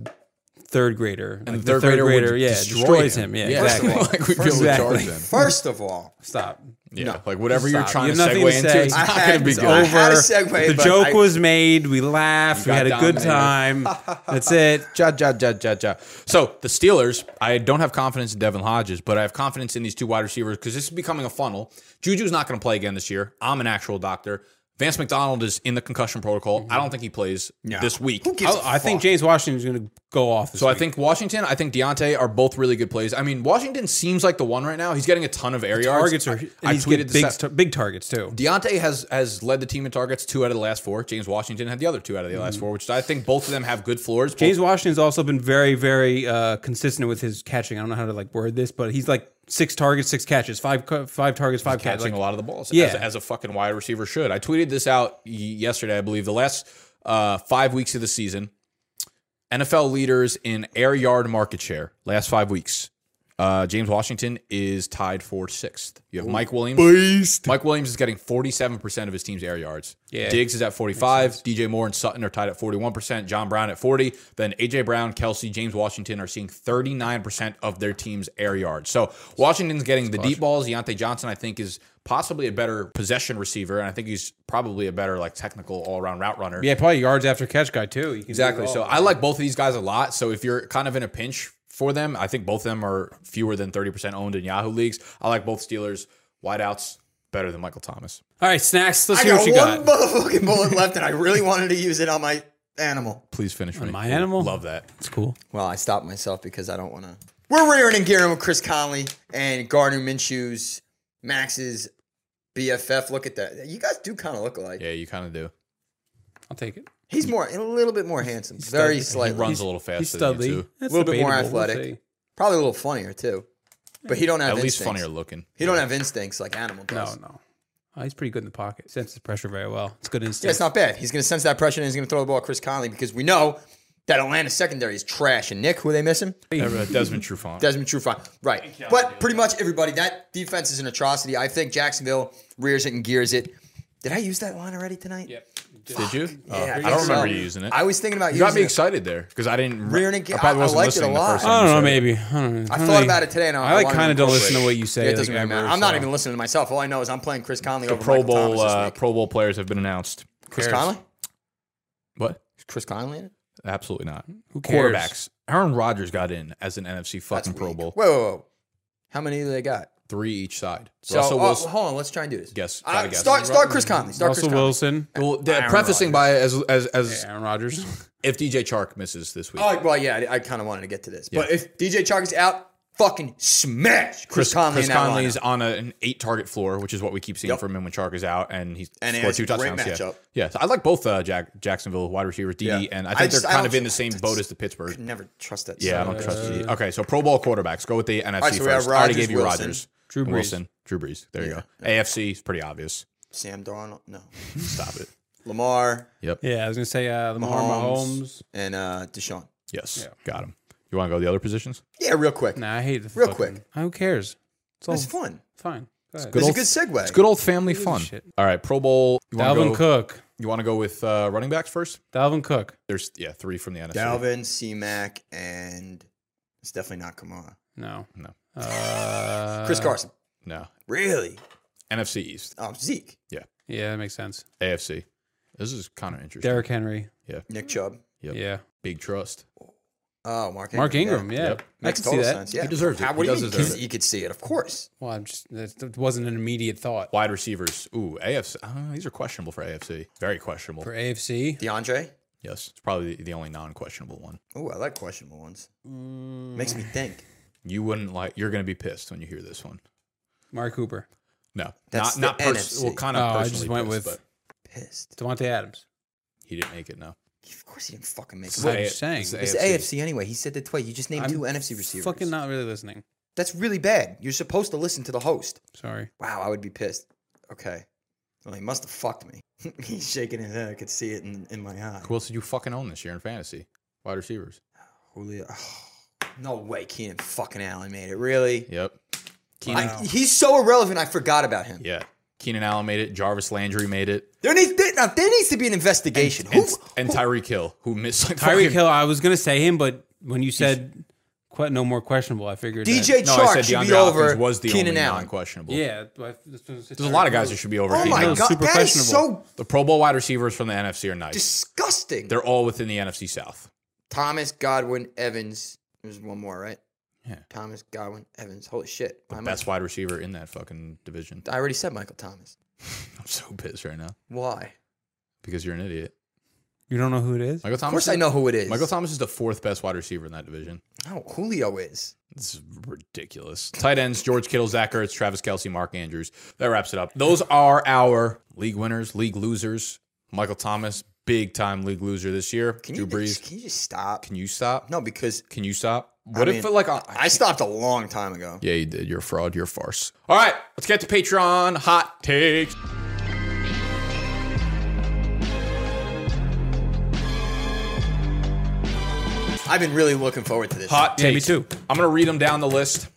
Speaker 3: third grader, and
Speaker 1: third grader would
Speaker 3: yeah,
Speaker 1: destroy
Speaker 3: destroys
Speaker 1: him.
Speaker 3: him. Yeah,
Speaker 1: Yeah.
Speaker 3: exactly.
Speaker 1: like we feel
Speaker 3: Exactly.
Speaker 1: charge them.
Speaker 2: First of all,
Speaker 3: Stop.
Speaker 1: Yeah, like whatever you're
Speaker 3: Stop.
Speaker 1: trying
Speaker 3: You
Speaker 1: to
Speaker 3: have nothing
Speaker 1: segue
Speaker 3: to
Speaker 1: into,
Speaker 3: say.
Speaker 1: it's
Speaker 3: I
Speaker 1: not
Speaker 2: had-
Speaker 1: going to be
Speaker 2: it's
Speaker 1: good.
Speaker 2: over. I
Speaker 1: I,
Speaker 2: had a segue,
Speaker 3: the
Speaker 2: but
Speaker 3: joke
Speaker 2: I-
Speaker 3: was made. We laughed.
Speaker 1: You
Speaker 3: We had a
Speaker 1: got
Speaker 3: good
Speaker 1: dominated.
Speaker 3: time. That's it.
Speaker 1: ja, ja, ja, ja, ja. So the Steelers, I don't have confidence in Devin Hodges, but I have confidence in these two wide receivers because this is becoming a funnel. Juju's not going to play again this year. I'm an actual doctor. Vance McDonald is in the concussion protocol. I don't think he plays this week.
Speaker 2: gives a
Speaker 3: Oh, I, I think
Speaker 2: fuck?
Speaker 3: James Washington's going to go off. This
Speaker 1: So I
Speaker 3: week.
Speaker 1: think Washington, I think Deontay are both really good plays. I mean, Washington seems like the one right now. He's getting a ton of air yards.
Speaker 3: targets are. And
Speaker 1: I, I
Speaker 3: he's getting
Speaker 1: tweeted this
Speaker 3: big,
Speaker 1: out.
Speaker 3: tar- big targets too.
Speaker 1: Deontay has has led the team in targets two out of the last four. James Washington had the other two out of the last four, which I think both of them have good floors. Both-
Speaker 3: Mm-hmm. James Washington's also been very, very uh, consistent with his catching. I don't know how to like word this, but he's like six targets, six catches, five co- five targets, five catches.
Speaker 1: catching
Speaker 3: Like,
Speaker 1: a lot of the balls.
Speaker 3: Yeah.
Speaker 1: As, as a fucking wide receiver should. I tweeted this out y- yesterday, I believe. The last uh, five weeks of the season, NFL leaders in air yard market share, last five weeks. Uh, James Washington is tied for sixth. You have Mike Williams. Mike Williams is getting 47% of his team's air yards.
Speaker 3: Yeah.
Speaker 1: Diggs is at 45. DJ Moore and Sutton are tied at 41%. John Brown at 40. Then AJ Brown, Kelsey, James Washington are seeing 39% of their team's air yards. So Washington's getting the deep balls. Deontay Johnson, I think, is possibly a better possession receiver, and I think he's probably a better like technical all around route runner.
Speaker 3: yeah, probably yards after catch guy too. You can do
Speaker 1: Exactly.
Speaker 3: it all.
Speaker 1: So I like both of these guys a lot. So if you're kind of in a pinch for them, I think both of them are fewer than 30% owned in Yahoo leagues. I like both Steelers wideouts better than Michael Thomas.
Speaker 3: all right, snacks. Let's
Speaker 2: I
Speaker 3: hear
Speaker 2: got
Speaker 3: what you got.
Speaker 2: one motherfucking bullet left, and I really wanted to use it on my animal.
Speaker 1: Please finish me.
Speaker 3: my animal?
Speaker 1: Love that.
Speaker 3: It's cool.
Speaker 2: Well, I stopped myself because I don't want to. We're rearing and gearing with Chris Conley and Gardner Minshew's Max's BFF. Look at that. You guys do kind of look alike.
Speaker 1: Yeah, you kind of do.
Speaker 3: I'll take it.
Speaker 2: He's more, a little bit more handsome, very
Speaker 1: He
Speaker 2: slightly,
Speaker 1: runs a little faster
Speaker 3: He's
Speaker 1: than you,
Speaker 3: studly.
Speaker 1: too.
Speaker 3: That's
Speaker 2: A little bit more
Speaker 3: debatable. We'll
Speaker 2: athletic.
Speaker 3: see.
Speaker 2: probably a little funnier too. But he don't have
Speaker 1: At least
Speaker 2: instincts.
Speaker 1: funnier looking.
Speaker 2: He don't have instincts like animal
Speaker 3: No,
Speaker 2: does.
Speaker 3: no. Oh, he's pretty good in the pocket. Senses pressure very well. It's good
Speaker 2: Yeah,
Speaker 3: instinct.
Speaker 2: it's not bad. He's going to sense that pressure and he's going to throw the ball at Chris Conley because we know that Atlanta secondary is trash. And Nick, who are they missing?
Speaker 1: Uh, Desmond Trufant.
Speaker 2: Desmond Trufant. Right. But pretty much everybody, that defense is an atrocity. I think Jacksonville rears it and gears it. Did I use that line already tonight? Yep.
Speaker 1: Did you? Oh,
Speaker 2: I
Speaker 1: I,
Speaker 2: guess
Speaker 1: don't remember
Speaker 2: so.
Speaker 1: you using it.
Speaker 2: I was thinking about
Speaker 1: you
Speaker 2: using
Speaker 1: got me
Speaker 2: it.
Speaker 1: excited there because I didn't. re-
Speaker 2: Rearing and ge-
Speaker 1: I probably
Speaker 2: I- I
Speaker 1: wasn't
Speaker 2: liked it a
Speaker 1: listening the
Speaker 2: lot.
Speaker 1: first
Speaker 3: I
Speaker 1: time you
Speaker 3: don't know.
Speaker 1: said it.
Speaker 3: Maybe I don't know.
Speaker 2: I
Speaker 3: don't
Speaker 2: thought
Speaker 3: really-
Speaker 2: about it today, and I,
Speaker 3: I like
Speaker 2: wanted
Speaker 3: kind of don't
Speaker 2: incorporate
Speaker 3: listen to what you say.
Speaker 2: Yeah, it
Speaker 3: like,
Speaker 2: doesn't really
Speaker 3: ever,
Speaker 2: matter. I'm not
Speaker 3: so-
Speaker 2: even listening to myself. All I know is I'm playing Chris Conley over
Speaker 1: Pro
Speaker 2: Michael
Speaker 1: Bowl,
Speaker 2: Thomas this
Speaker 1: uh,
Speaker 2: week.
Speaker 1: Pro Bowl players have been announced.
Speaker 2: Chris
Speaker 1: Cares.
Speaker 2: Conley?
Speaker 1: What?
Speaker 2: Is Chris Conley in it?
Speaker 1: Absolutely not. Who
Speaker 3: cares?
Speaker 1: Quarterbacks. Aaron Rodgers got in as an NFC
Speaker 2: That's
Speaker 1: fucking Pro
Speaker 2: weak.
Speaker 1: Bowl.
Speaker 2: Whoa, whoa, whoa. How many do they got?
Speaker 1: three each side.
Speaker 2: So
Speaker 1: Russell
Speaker 2: oh,
Speaker 1: Wilson.
Speaker 2: hold on, let's try and do this.
Speaker 1: Guess, try
Speaker 2: Uh,
Speaker 1: to guess.
Speaker 2: start start Chris Conley. Start
Speaker 3: Russell
Speaker 2: Chris Conley.
Speaker 3: Wilson,
Speaker 1: well, d- prefacing by as as as
Speaker 3: Aaron Rodgers.
Speaker 1: if DJ Chark misses this week,
Speaker 2: Oh well, yeah, I, I kind of wanted to get to this, but if DJ Chark is out, fucking smash Chris, Conley.
Speaker 1: Chris
Speaker 2: in that
Speaker 1: Conley's
Speaker 2: lineup.
Speaker 1: on a, an eight target floor, which is what we keep seeing
Speaker 2: Yep.
Speaker 1: from him when Chark is out, and he's
Speaker 2: And it
Speaker 1: scored
Speaker 2: is
Speaker 1: two
Speaker 2: a great
Speaker 1: touchdowns. Yeah,
Speaker 2: matchup.
Speaker 1: yeah. So I like both uh, Jack, Jacksonville wide receivers, DD,
Speaker 2: Yeah.
Speaker 1: and I
Speaker 2: I
Speaker 1: think
Speaker 2: just-
Speaker 1: they're
Speaker 2: I
Speaker 1: kind
Speaker 2: don't
Speaker 1: of in the
Speaker 2: tr-
Speaker 1: same boat as the Pittsburgh.
Speaker 2: Never trust that.
Speaker 1: Yeah, I
Speaker 2: son
Speaker 1: don't
Speaker 2: of a-
Speaker 1: trust
Speaker 3: Uh,
Speaker 1: DD. Okay, so Pro Bowl quarterbacks. Go with the NFC
Speaker 2: right, so we have
Speaker 1: first. I already
Speaker 2: Rodgers,
Speaker 1: gave you
Speaker 2: Wilson,
Speaker 1: Rodgers,
Speaker 3: Drew
Speaker 1: and
Speaker 3: Brees.
Speaker 1: Wilson, Drew Brees. There you go. AFC is pretty obvious.
Speaker 2: Sam Darnold. No,
Speaker 1: Stop it.
Speaker 2: Lamar
Speaker 1: Yep.
Speaker 3: yeah, I was gonna say uh, Lamar
Speaker 2: Mahomes.
Speaker 3: Mahomes.
Speaker 2: and uh, Deshaun.
Speaker 1: Yes. Got him. You want to go the other positions?
Speaker 2: Yeah, real quick.
Speaker 3: Nah, I hate the
Speaker 2: Real
Speaker 3: fucking-
Speaker 2: quick.
Speaker 3: Who cares? It's all
Speaker 2: It's fun.
Speaker 3: fine. Go ahead.
Speaker 1: Good
Speaker 2: It's a
Speaker 1: old-
Speaker 2: good segue.
Speaker 1: It's good old family fun.
Speaker 3: shit.
Speaker 1: All right, Pro Bowl. You wanna
Speaker 3: Dalvin
Speaker 1: go-
Speaker 3: Cook.
Speaker 1: You want to go with uh, running backs first?
Speaker 3: Dalvin Cook.
Speaker 1: There's yeah, three from the NFC.
Speaker 2: Dalvin, C Mac, and it's definitely not Kamara.
Speaker 3: No.
Speaker 1: No.
Speaker 3: Uh,
Speaker 2: Chris Carson.
Speaker 1: No.
Speaker 2: Really?
Speaker 1: NFC East,
Speaker 2: Oh, Zeke.
Speaker 3: Yeah, that makes sense.
Speaker 1: AFC. This is kind of interesting.
Speaker 3: Derrick Henry.
Speaker 2: Nick Chubb.
Speaker 1: Yep.
Speaker 3: Yeah.
Speaker 1: Big trust.
Speaker 2: Oh, Mark Ingram.
Speaker 3: Mark Ingram. Yeah.
Speaker 1: Yep.
Speaker 3: I
Speaker 2: Makes
Speaker 3: can see
Speaker 2: total
Speaker 3: that.
Speaker 2: sense. Yeah.
Speaker 1: He deserves it.
Speaker 2: How, what
Speaker 1: He
Speaker 2: do
Speaker 1: does
Speaker 2: you mean?
Speaker 1: deserve
Speaker 2: Because
Speaker 1: it.
Speaker 2: You could see it, of course.
Speaker 3: Well, I'm just that that wasn't an immediate thought
Speaker 1: Wide receivers. Ooh, AFC. Uh, these are questionable for AFC. Very questionable.
Speaker 3: for AFC.
Speaker 2: DeAndre.
Speaker 1: yes, it's probably the, the only non-questionable one.
Speaker 2: Oh, I like questionable ones.
Speaker 1: Mm.
Speaker 2: Makes me think.
Speaker 1: You wouldn't like. You're going to be pissed when you hear this one.
Speaker 3: Mark Cooper.
Speaker 1: No,
Speaker 2: That's
Speaker 1: not not
Speaker 2: the
Speaker 1: pers-
Speaker 2: NFC.
Speaker 1: well, kind
Speaker 3: No,
Speaker 1: of.
Speaker 3: Oh, I
Speaker 1: personally
Speaker 3: just went
Speaker 1: pissed,
Speaker 3: with-
Speaker 1: but
Speaker 2: Pissed.
Speaker 3: Devontae Adams.
Speaker 1: he didn't make it. No,
Speaker 2: Of course, he didn't fucking make
Speaker 1: It's
Speaker 2: it.
Speaker 3: what I'm
Speaker 1: A-
Speaker 3: saying.
Speaker 1: it's
Speaker 2: It's AFC anyway. He said that twice. You just named
Speaker 3: I'm
Speaker 2: two NFC receivers.
Speaker 3: Fucking not really listening.
Speaker 2: That's really bad. You're supposed to listen to the host.
Speaker 3: Sorry.
Speaker 2: Wow, I would be pissed. Okay. Well, he must have fucked me. He's shaking his head. I could see it in, in my eye.
Speaker 1: Who else did you fucking own this year in fantasy? Wide receivers.
Speaker 2: Julio. no way Keenan fucking Allen made it. Really?
Speaker 1: Yep.
Speaker 2: I- he's so irrelevant, I forgot about him.
Speaker 1: Yeah. Keenan Allen made it. Jarvis Landry made it.
Speaker 2: There, needs, there, now, there needs to be an investigation.
Speaker 1: And,
Speaker 2: Who,
Speaker 1: and Tyreek Hill, who missed like
Speaker 3: Tyreek
Speaker 1: fucking-
Speaker 3: Hill. I was gonna say him, but when you said que- no more questionable, I figured that-
Speaker 2: DJ
Speaker 1: No, I
Speaker 2: Chark
Speaker 1: said
Speaker 2: should
Speaker 1: DeAndre
Speaker 2: be
Speaker 1: Hopkins
Speaker 2: over
Speaker 1: was the
Speaker 2: Keenan
Speaker 1: only
Speaker 2: Allen.
Speaker 1: non-questionable.
Speaker 3: Yeah, but I- this was-
Speaker 1: There's a lot of guys who should be over.
Speaker 2: Oh
Speaker 1: Keenan
Speaker 2: my
Speaker 1: Allen.
Speaker 3: Hill's
Speaker 2: god,
Speaker 3: super
Speaker 2: that is so
Speaker 3: questionable.
Speaker 1: The Pro Bowl wide receivers from the NFC are nice.
Speaker 2: disgusting.
Speaker 1: They're all within the NFC South.
Speaker 2: Thomas Godwin Evans. There's one more, right?
Speaker 1: Yeah.
Speaker 2: Thomas Godwin Evans. Holy shit. Why am I-
Speaker 1: Best wide receiver in that fucking division.
Speaker 2: I already said Michael Thomas.
Speaker 1: I'm so pissed right now
Speaker 2: Why?
Speaker 1: because you're an idiot.
Speaker 3: You don't know who it is.
Speaker 1: Michael Thomas.
Speaker 2: Of course,
Speaker 1: is-
Speaker 2: I know who it is.
Speaker 1: Michael Thomas is the fourth best wide receiver in that division.
Speaker 2: No, Julio is.
Speaker 1: This is ridiculous. Tight ends: George Kittle, Zach Ertz, Travis Kelsey, Mark Andrews. That wraps it up. Those are our league winners, league losers. Michael Thomas, big time league loser this year.
Speaker 2: Can
Speaker 1: Drew
Speaker 2: you
Speaker 1: Brees,
Speaker 2: Just, can you just stop?
Speaker 1: can you stop?
Speaker 2: No, because
Speaker 1: Can you stop? What if
Speaker 2: mean,
Speaker 1: like I,
Speaker 2: I stopped a long time ago.
Speaker 1: Yeah, you did. You're a fraud. You're a farce. All right, let's get to Patreon hot takes.
Speaker 2: I've been really looking forward to this.
Speaker 1: Hot
Speaker 3: Yeah, me
Speaker 1: takes.
Speaker 3: too.
Speaker 1: I'm gonna read them down the list,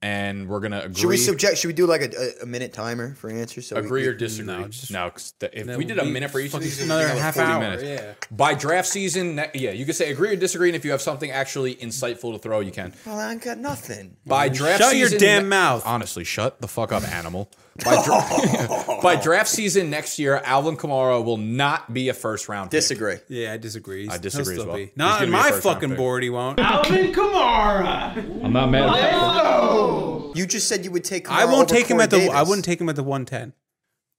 Speaker 1: and we're gonna agree.
Speaker 2: Should we subject? Should we do like a, a, a minute timer for answers? So we-
Speaker 1: agree
Speaker 2: we-
Speaker 1: or disagree?
Speaker 3: No,
Speaker 1: No,
Speaker 3: just-
Speaker 1: 'cause the- if
Speaker 3: That
Speaker 1: we
Speaker 3: would
Speaker 1: did a
Speaker 3: be
Speaker 1: minute for each of
Speaker 3: fucking
Speaker 1: these, it'd be
Speaker 3: another
Speaker 1: like
Speaker 3: half
Speaker 1: 40
Speaker 3: hour,
Speaker 1: minutes.
Speaker 3: yeah.
Speaker 1: By draft season, ne- yeah, you can say agree or disagree, and if you have something actually insightful to throw, you can.
Speaker 2: well, I ain't got nothing.
Speaker 1: By draft
Speaker 3: Shut your
Speaker 1: season,
Speaker 3: damn mouth.
Speaker 1: Honestly, shut the fuck up, animal. By, dra- by draft season next year, Alvin Kamara will not be a first round. pick.
Speaker 2: Disagree.
Speaker 3: Yeah, I disagree. I
Speaker 1: disagree as well. He's gonna
Speaker 3: Not on
Speaker 1: be a
Speaker 3: my
Speaker 1: first round
Speaker 3: fucking
Speaker 1: pick.
Speaker 3: board. He won't.
Speaker 7: Alvin Kamara.
Speaker 8: I'm not mad at that.
Speaker 2: You just said you would take.
Speaker 3: I
Speaker 2: Kamara
Speaker 3: won't
Speaker 2: over
Speaker 3: take him
Speaker 2: Corey
Speaker 3: at the. I
Speaker 2: Davis.
Speaker 3: wouldn't take him at the 110.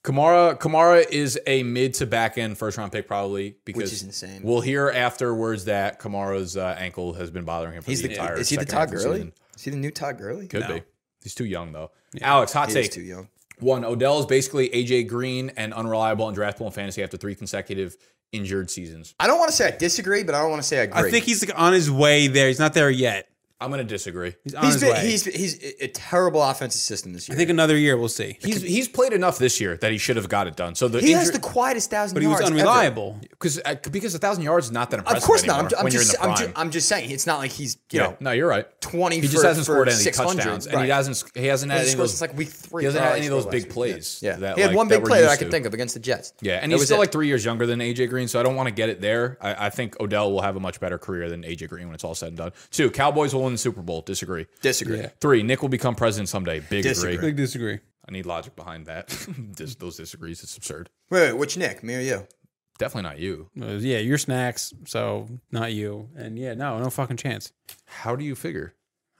Speaker 1: Kamara Kamara is a mid to back end first round pick probably because
Speaker 2: is insane.
Speaker 1: We'll hear afterwards that Kamara's uh, ankle has been bothering him for
Speaker 2: He's
Speaker 1: the,
Speaker 2: the.
Speaker 1: entire.
Speaker 2: Is he the
Speaker 1: second half
Speaker 2: Todd
Speaker 1: of the
Speaker 2: Gurley?
Speaker 1: season.
Speaker 2: Is he the new Todd Gurley?
Speaker 1: Could be. He's too young though. Alex, hot
Speaker 2: He is
Speaker 1: take
Speaker 2: too young.
Speaker 1: one. Odell is basically AJ Green and unreliable and draftable in fantasy after three consecutive injured seasons.
Speaker 2: I don't want to say I disagree, but I don't want to say I agree.
Speaker 3: I think he's like, on his way there. He's not there yet.
Speaker 1: I'm gonna disagree.
Speaker 3: He's on
Speaker 2: he's
Speaker 3: his
Speaker 2: been,
Speaker 3: way.
Speaker 2: he's he's a- a terrible offensive system this year.
Speaker 3: I think another year we'll see.
Speaker 1: He's he's played enough this year that he should have got it done. So the
Speaker 2: he has the quietest thousand
Speaker 3: but he
Speaker 2: yards.
Speaker 3: was
Speaker 2: ever.
Speaker 3: unreliable.
Speaker 1: because because a thousand yards is not that
Speaker 2: Of
Speaker 1: impressive.
Speaker 2: course not. I'm,
Speaker 1: anymore
Speaker 2: I'm
Speaker 1: when you're in
Speaker 2: just
Speaker 1: the
Speaker 2: I'm
Speaker 1: prime.
Speaker 2: just, I'm just saying it's not like he's you
Speaker 1: Yeah,
Speaker 2: know
Speaker 1: no, you're right.
Speaker 2: 20
Speaker 1: He just
Speaker 2: for-
Speaker 1: hasn't scored
Speaker 2: for
Speaker 1: any
Speaker 2: 600,
Speaker 1: touchdowns, and he
Speaker 2: right.
Speaker 1: hasn't. He hasn't had
Speaker 2: He
Speaker 1: any of
Speaker 2: scores
Speaker 1: those
Speaker 2: like week three.
Speaker 1: He hasn't
Speaker 2: Oh,
Speaker 1: had
Speaker 2: he
Speaker 1: any of those
Speaker 2: scored
Speaker 1: big
Speaker 2: last week.
Speaker 1: plays.
Speaker 2: Yeah,
Speaker 1: that,
Speaker 2: he had
Speaker 1: like,
Speaker 2: one big
Speaker 1: we're
Speaker 2: play that
Speaker 1: used
Speaker 2: I can
Speaker 1: to.
Speaker 2: think of against the Jets.
Speaker 1: Yeah, and
Speaker 2: That
Speaker 1: he's
Speaker 2: was
Speaker 1: still
Speaker 2: it.
Speaker 1: like three years younger than AJ Green, so I don't want to get it there. I, I think Odell will have a much better career than AJ Green when it's all said and done. Two, Cowboys will win the Super Bowl. Disagree.
Speaker 2: disagree.
Speaker 1: Three, Nick will become president someday. Big
Speaker 2: Disagree.
Speaker 1: agree.
Speaker 3: Big disagree.
Speaker 1: I need logic behind that. Dis- those disagrees. It's absurd.
Speaker 2: Wait, wait, which Nick? Me or you?
Speaker 1: Definitely not you.
Speaker 3: Uh, yeah, your snacks. So not you. And yeah, no, no fucking chance.
Speaker 1: How do you figure?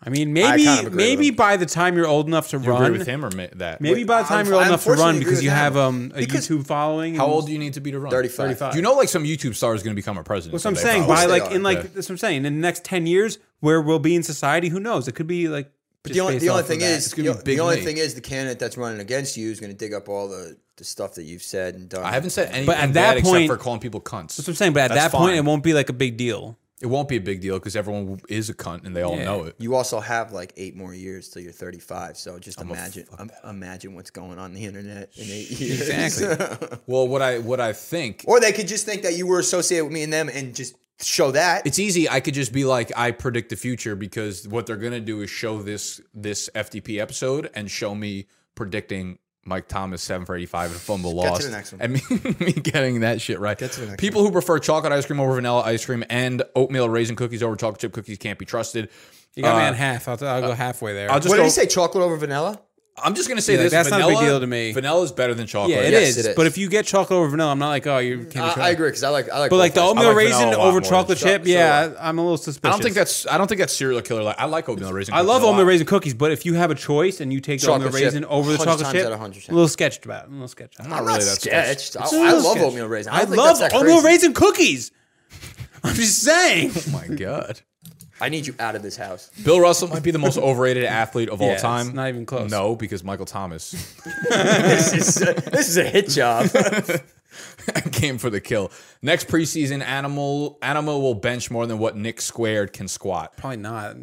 Speaker 3: I mean, maybe
Speaker 2: kind of agree
Speaker 3: maybe
Speaker 2: with him.
Speaker 3: by the time you're old enough to
Speaker 1: You
Speaker 3: run,
Speaker 1: agree with him or ma- that?
Speaker 3: maybe by the time
Speaker 2: I'm-
Speaker 3: you're
Speaker 2: I
Speaker 3: old enough to run
Speaker 2: unfortunately
Speaker 3: because
Speaker 2: agree
Speaker 3: you
Speaker 2: with
Speaker 3: have
Speaker 2: him.
Speaker 3: um, a
Speaker 2: Because-
Speaker 3: YouTube following.
Speaker 1: How
Speaker 3: and-
Speaker 1: old do you need to be to run?
Speaker 2: 35.
Speaker 1: Do you know like some YouTube star is going to become a president?
Speaker 3: That's what I'm
Speaker 1: someday,
Speaker 3: saying.
Speaker 1: probably?
Speaker 3: By
Speaker 2: they
Speaker 3: like
Speaker 2: are.
Speaker 3: in like
Speaker 1: Yeah.
Speaker 3: that's what I'm saying. In the next ten years, where we'll be in society, who knows? It could be like just
Speaker 2: the only,
Speaker 3: based
Speaker 2: the only
Speaker 3: off of
Speaker 2: thing
Speaker 3: that.
Speaker 2: is,
Speaker 1: It's gonna
Speaker 2: the,
Speaker 1: be big
Speaker 2: the only
Speaker 1: money.
Speaker 2: thing is, the candidate that's running against you is going to dig up all the, the stuff that you've said and done.
Speaker 1: I haven't said anything
Speaker 3: But at that
Speaker 1: bad
Speaker 3: point-
Speaker 1: except for calling people cunts.
Speaker 3: That's what I'm saying. But at
Speaker 1: That's
Speaker 3: that point,
Speaker 1: fine.
Speaker 3: it won't be like a big deal.
Speaker 1: It won't be a big deal because everyone is a cunt and they all
Speaker 3: Yeah.
Speaker 1: know it.
Speaker 2: You also have like eight more years till you're 35. So just
Speaker 1: a
Speaker 2: imagine,
Speaker 1: fuck
Speaker 2: um, imagine what's going on the internet in eight years.
Speaker 3: Exactly.
Speaker 1: Well, what I what I think
Speaker 2: or they could just think that you were associated with me and them and just show that.
Speaker 1: it's easy. I could just be like, I predict the future because what they're gonna do is show this this FTP episode and show me predicting Mike Thomas seven for eighty five and a fumble
Speaker 2: to
Speaker 1: lost.
Speaker 2: the next one.
Speaker 1: And me, me getting that shit right.
Speaker 2: Get to the next
Speaker 1: People who prefer chocolate ice cream over vanilla ice cream and oatmeal raisin cookies over chocolate chip cookies can't be trusted.
Speaker 3: You got me
Speaker 1: Uh,
Speaker 3: on half. I'll, I'll go halfway there.
Speaker 1: I'll just
Speaker 2: what
Speaker 1: go,
Speaker 2: did he say? Chocolate over vanilla?
Speaker 1: I'm just gonna say
Speaker 3: Yeah, like,
Speaker 1: this.
Speaker 3: that's not a
Speaker 1: vanilla,
Speaker 3: big deal to me.
Speaker 1: Vanilla is better than chocolate.
Speaker 3: yeah, it is.
Speaker 2: yes, it is.
Speaker 3: But if you get chocolate over vanilla, I'm not like, oh, you can't. be
Speaker 2: I,
Speaker 3: sure.
Speaker 2: I agree because I like I like.
Speaker 3: But like the
Speaker 2: both
Speaker 3: oatmeal
Speaker 1: like vanilla
Speaker 3: raisin
Speaker 1: a lot
Speaker 3: over
Speaker 1: more.
Speaker 3: chocolate
Speaker 1: So-
Speaker 3: chip,
Speaker 2: so-
Speaker 3: yeah, I'm a little suspicious.
Speaker 1: I don't think that's I don't think that's serial killer. Like I like oatmeal raisin.
Speaker 3: I
Speaker 1: cookies
Speaker 3: love
Speaker 1: a lot.
Speaker 3: oatmeal raisin cookies, but if you have a choice and you take the
Speaker 2: Chocolate
Speaker 3: oatmeal
Speaker 2: chip,
Speaker 3: raisin over the
Speaker 2: 100
Speaker 3: chocolate
Speaker 2: times
Speaker 3: chip,
Speaker 2: out of
Speaker 3: a
Speaker 2: 100%.
Speaker 3: little sketched about. it, A little sketched. out.
Speaker 1: Not
Speaker 2: I'm
Speaker 1: really
Speaker 2: not
Speaker 1: that sketchy.
Speaker 2: sketched. I,
Speaker 3: It's a
Speaker 2: I
Speaker 3: little
Speaker 2: love
Speaker 3: sketchy.
Speaker 2: oatmeal raisin. I,
Speaker 3: I
Speaker 2: don't think
Speaker 3: love
Speaker 2: that's that
Speaker 3: oatmeal
Speaker 2: crazy.
Speaker 3: raisin cookies. I'm just saying.
Speaker 1: Oh my god.
Speaker 2: I need you out of this house.
Speaker 1: Bill Russell might be the most overrated athlete of all
Speaker 3: it's
Speaker 1: time.
Speaker 3: not even close.
Speaker 1: No, because Michael Thomas
Speaker 2: this is a, this is a hit job.
Speaker 1: came for the kill. Next preseason, Animal Animo will bench more than what Nick squared can squat.
Speaker 3: Probably not.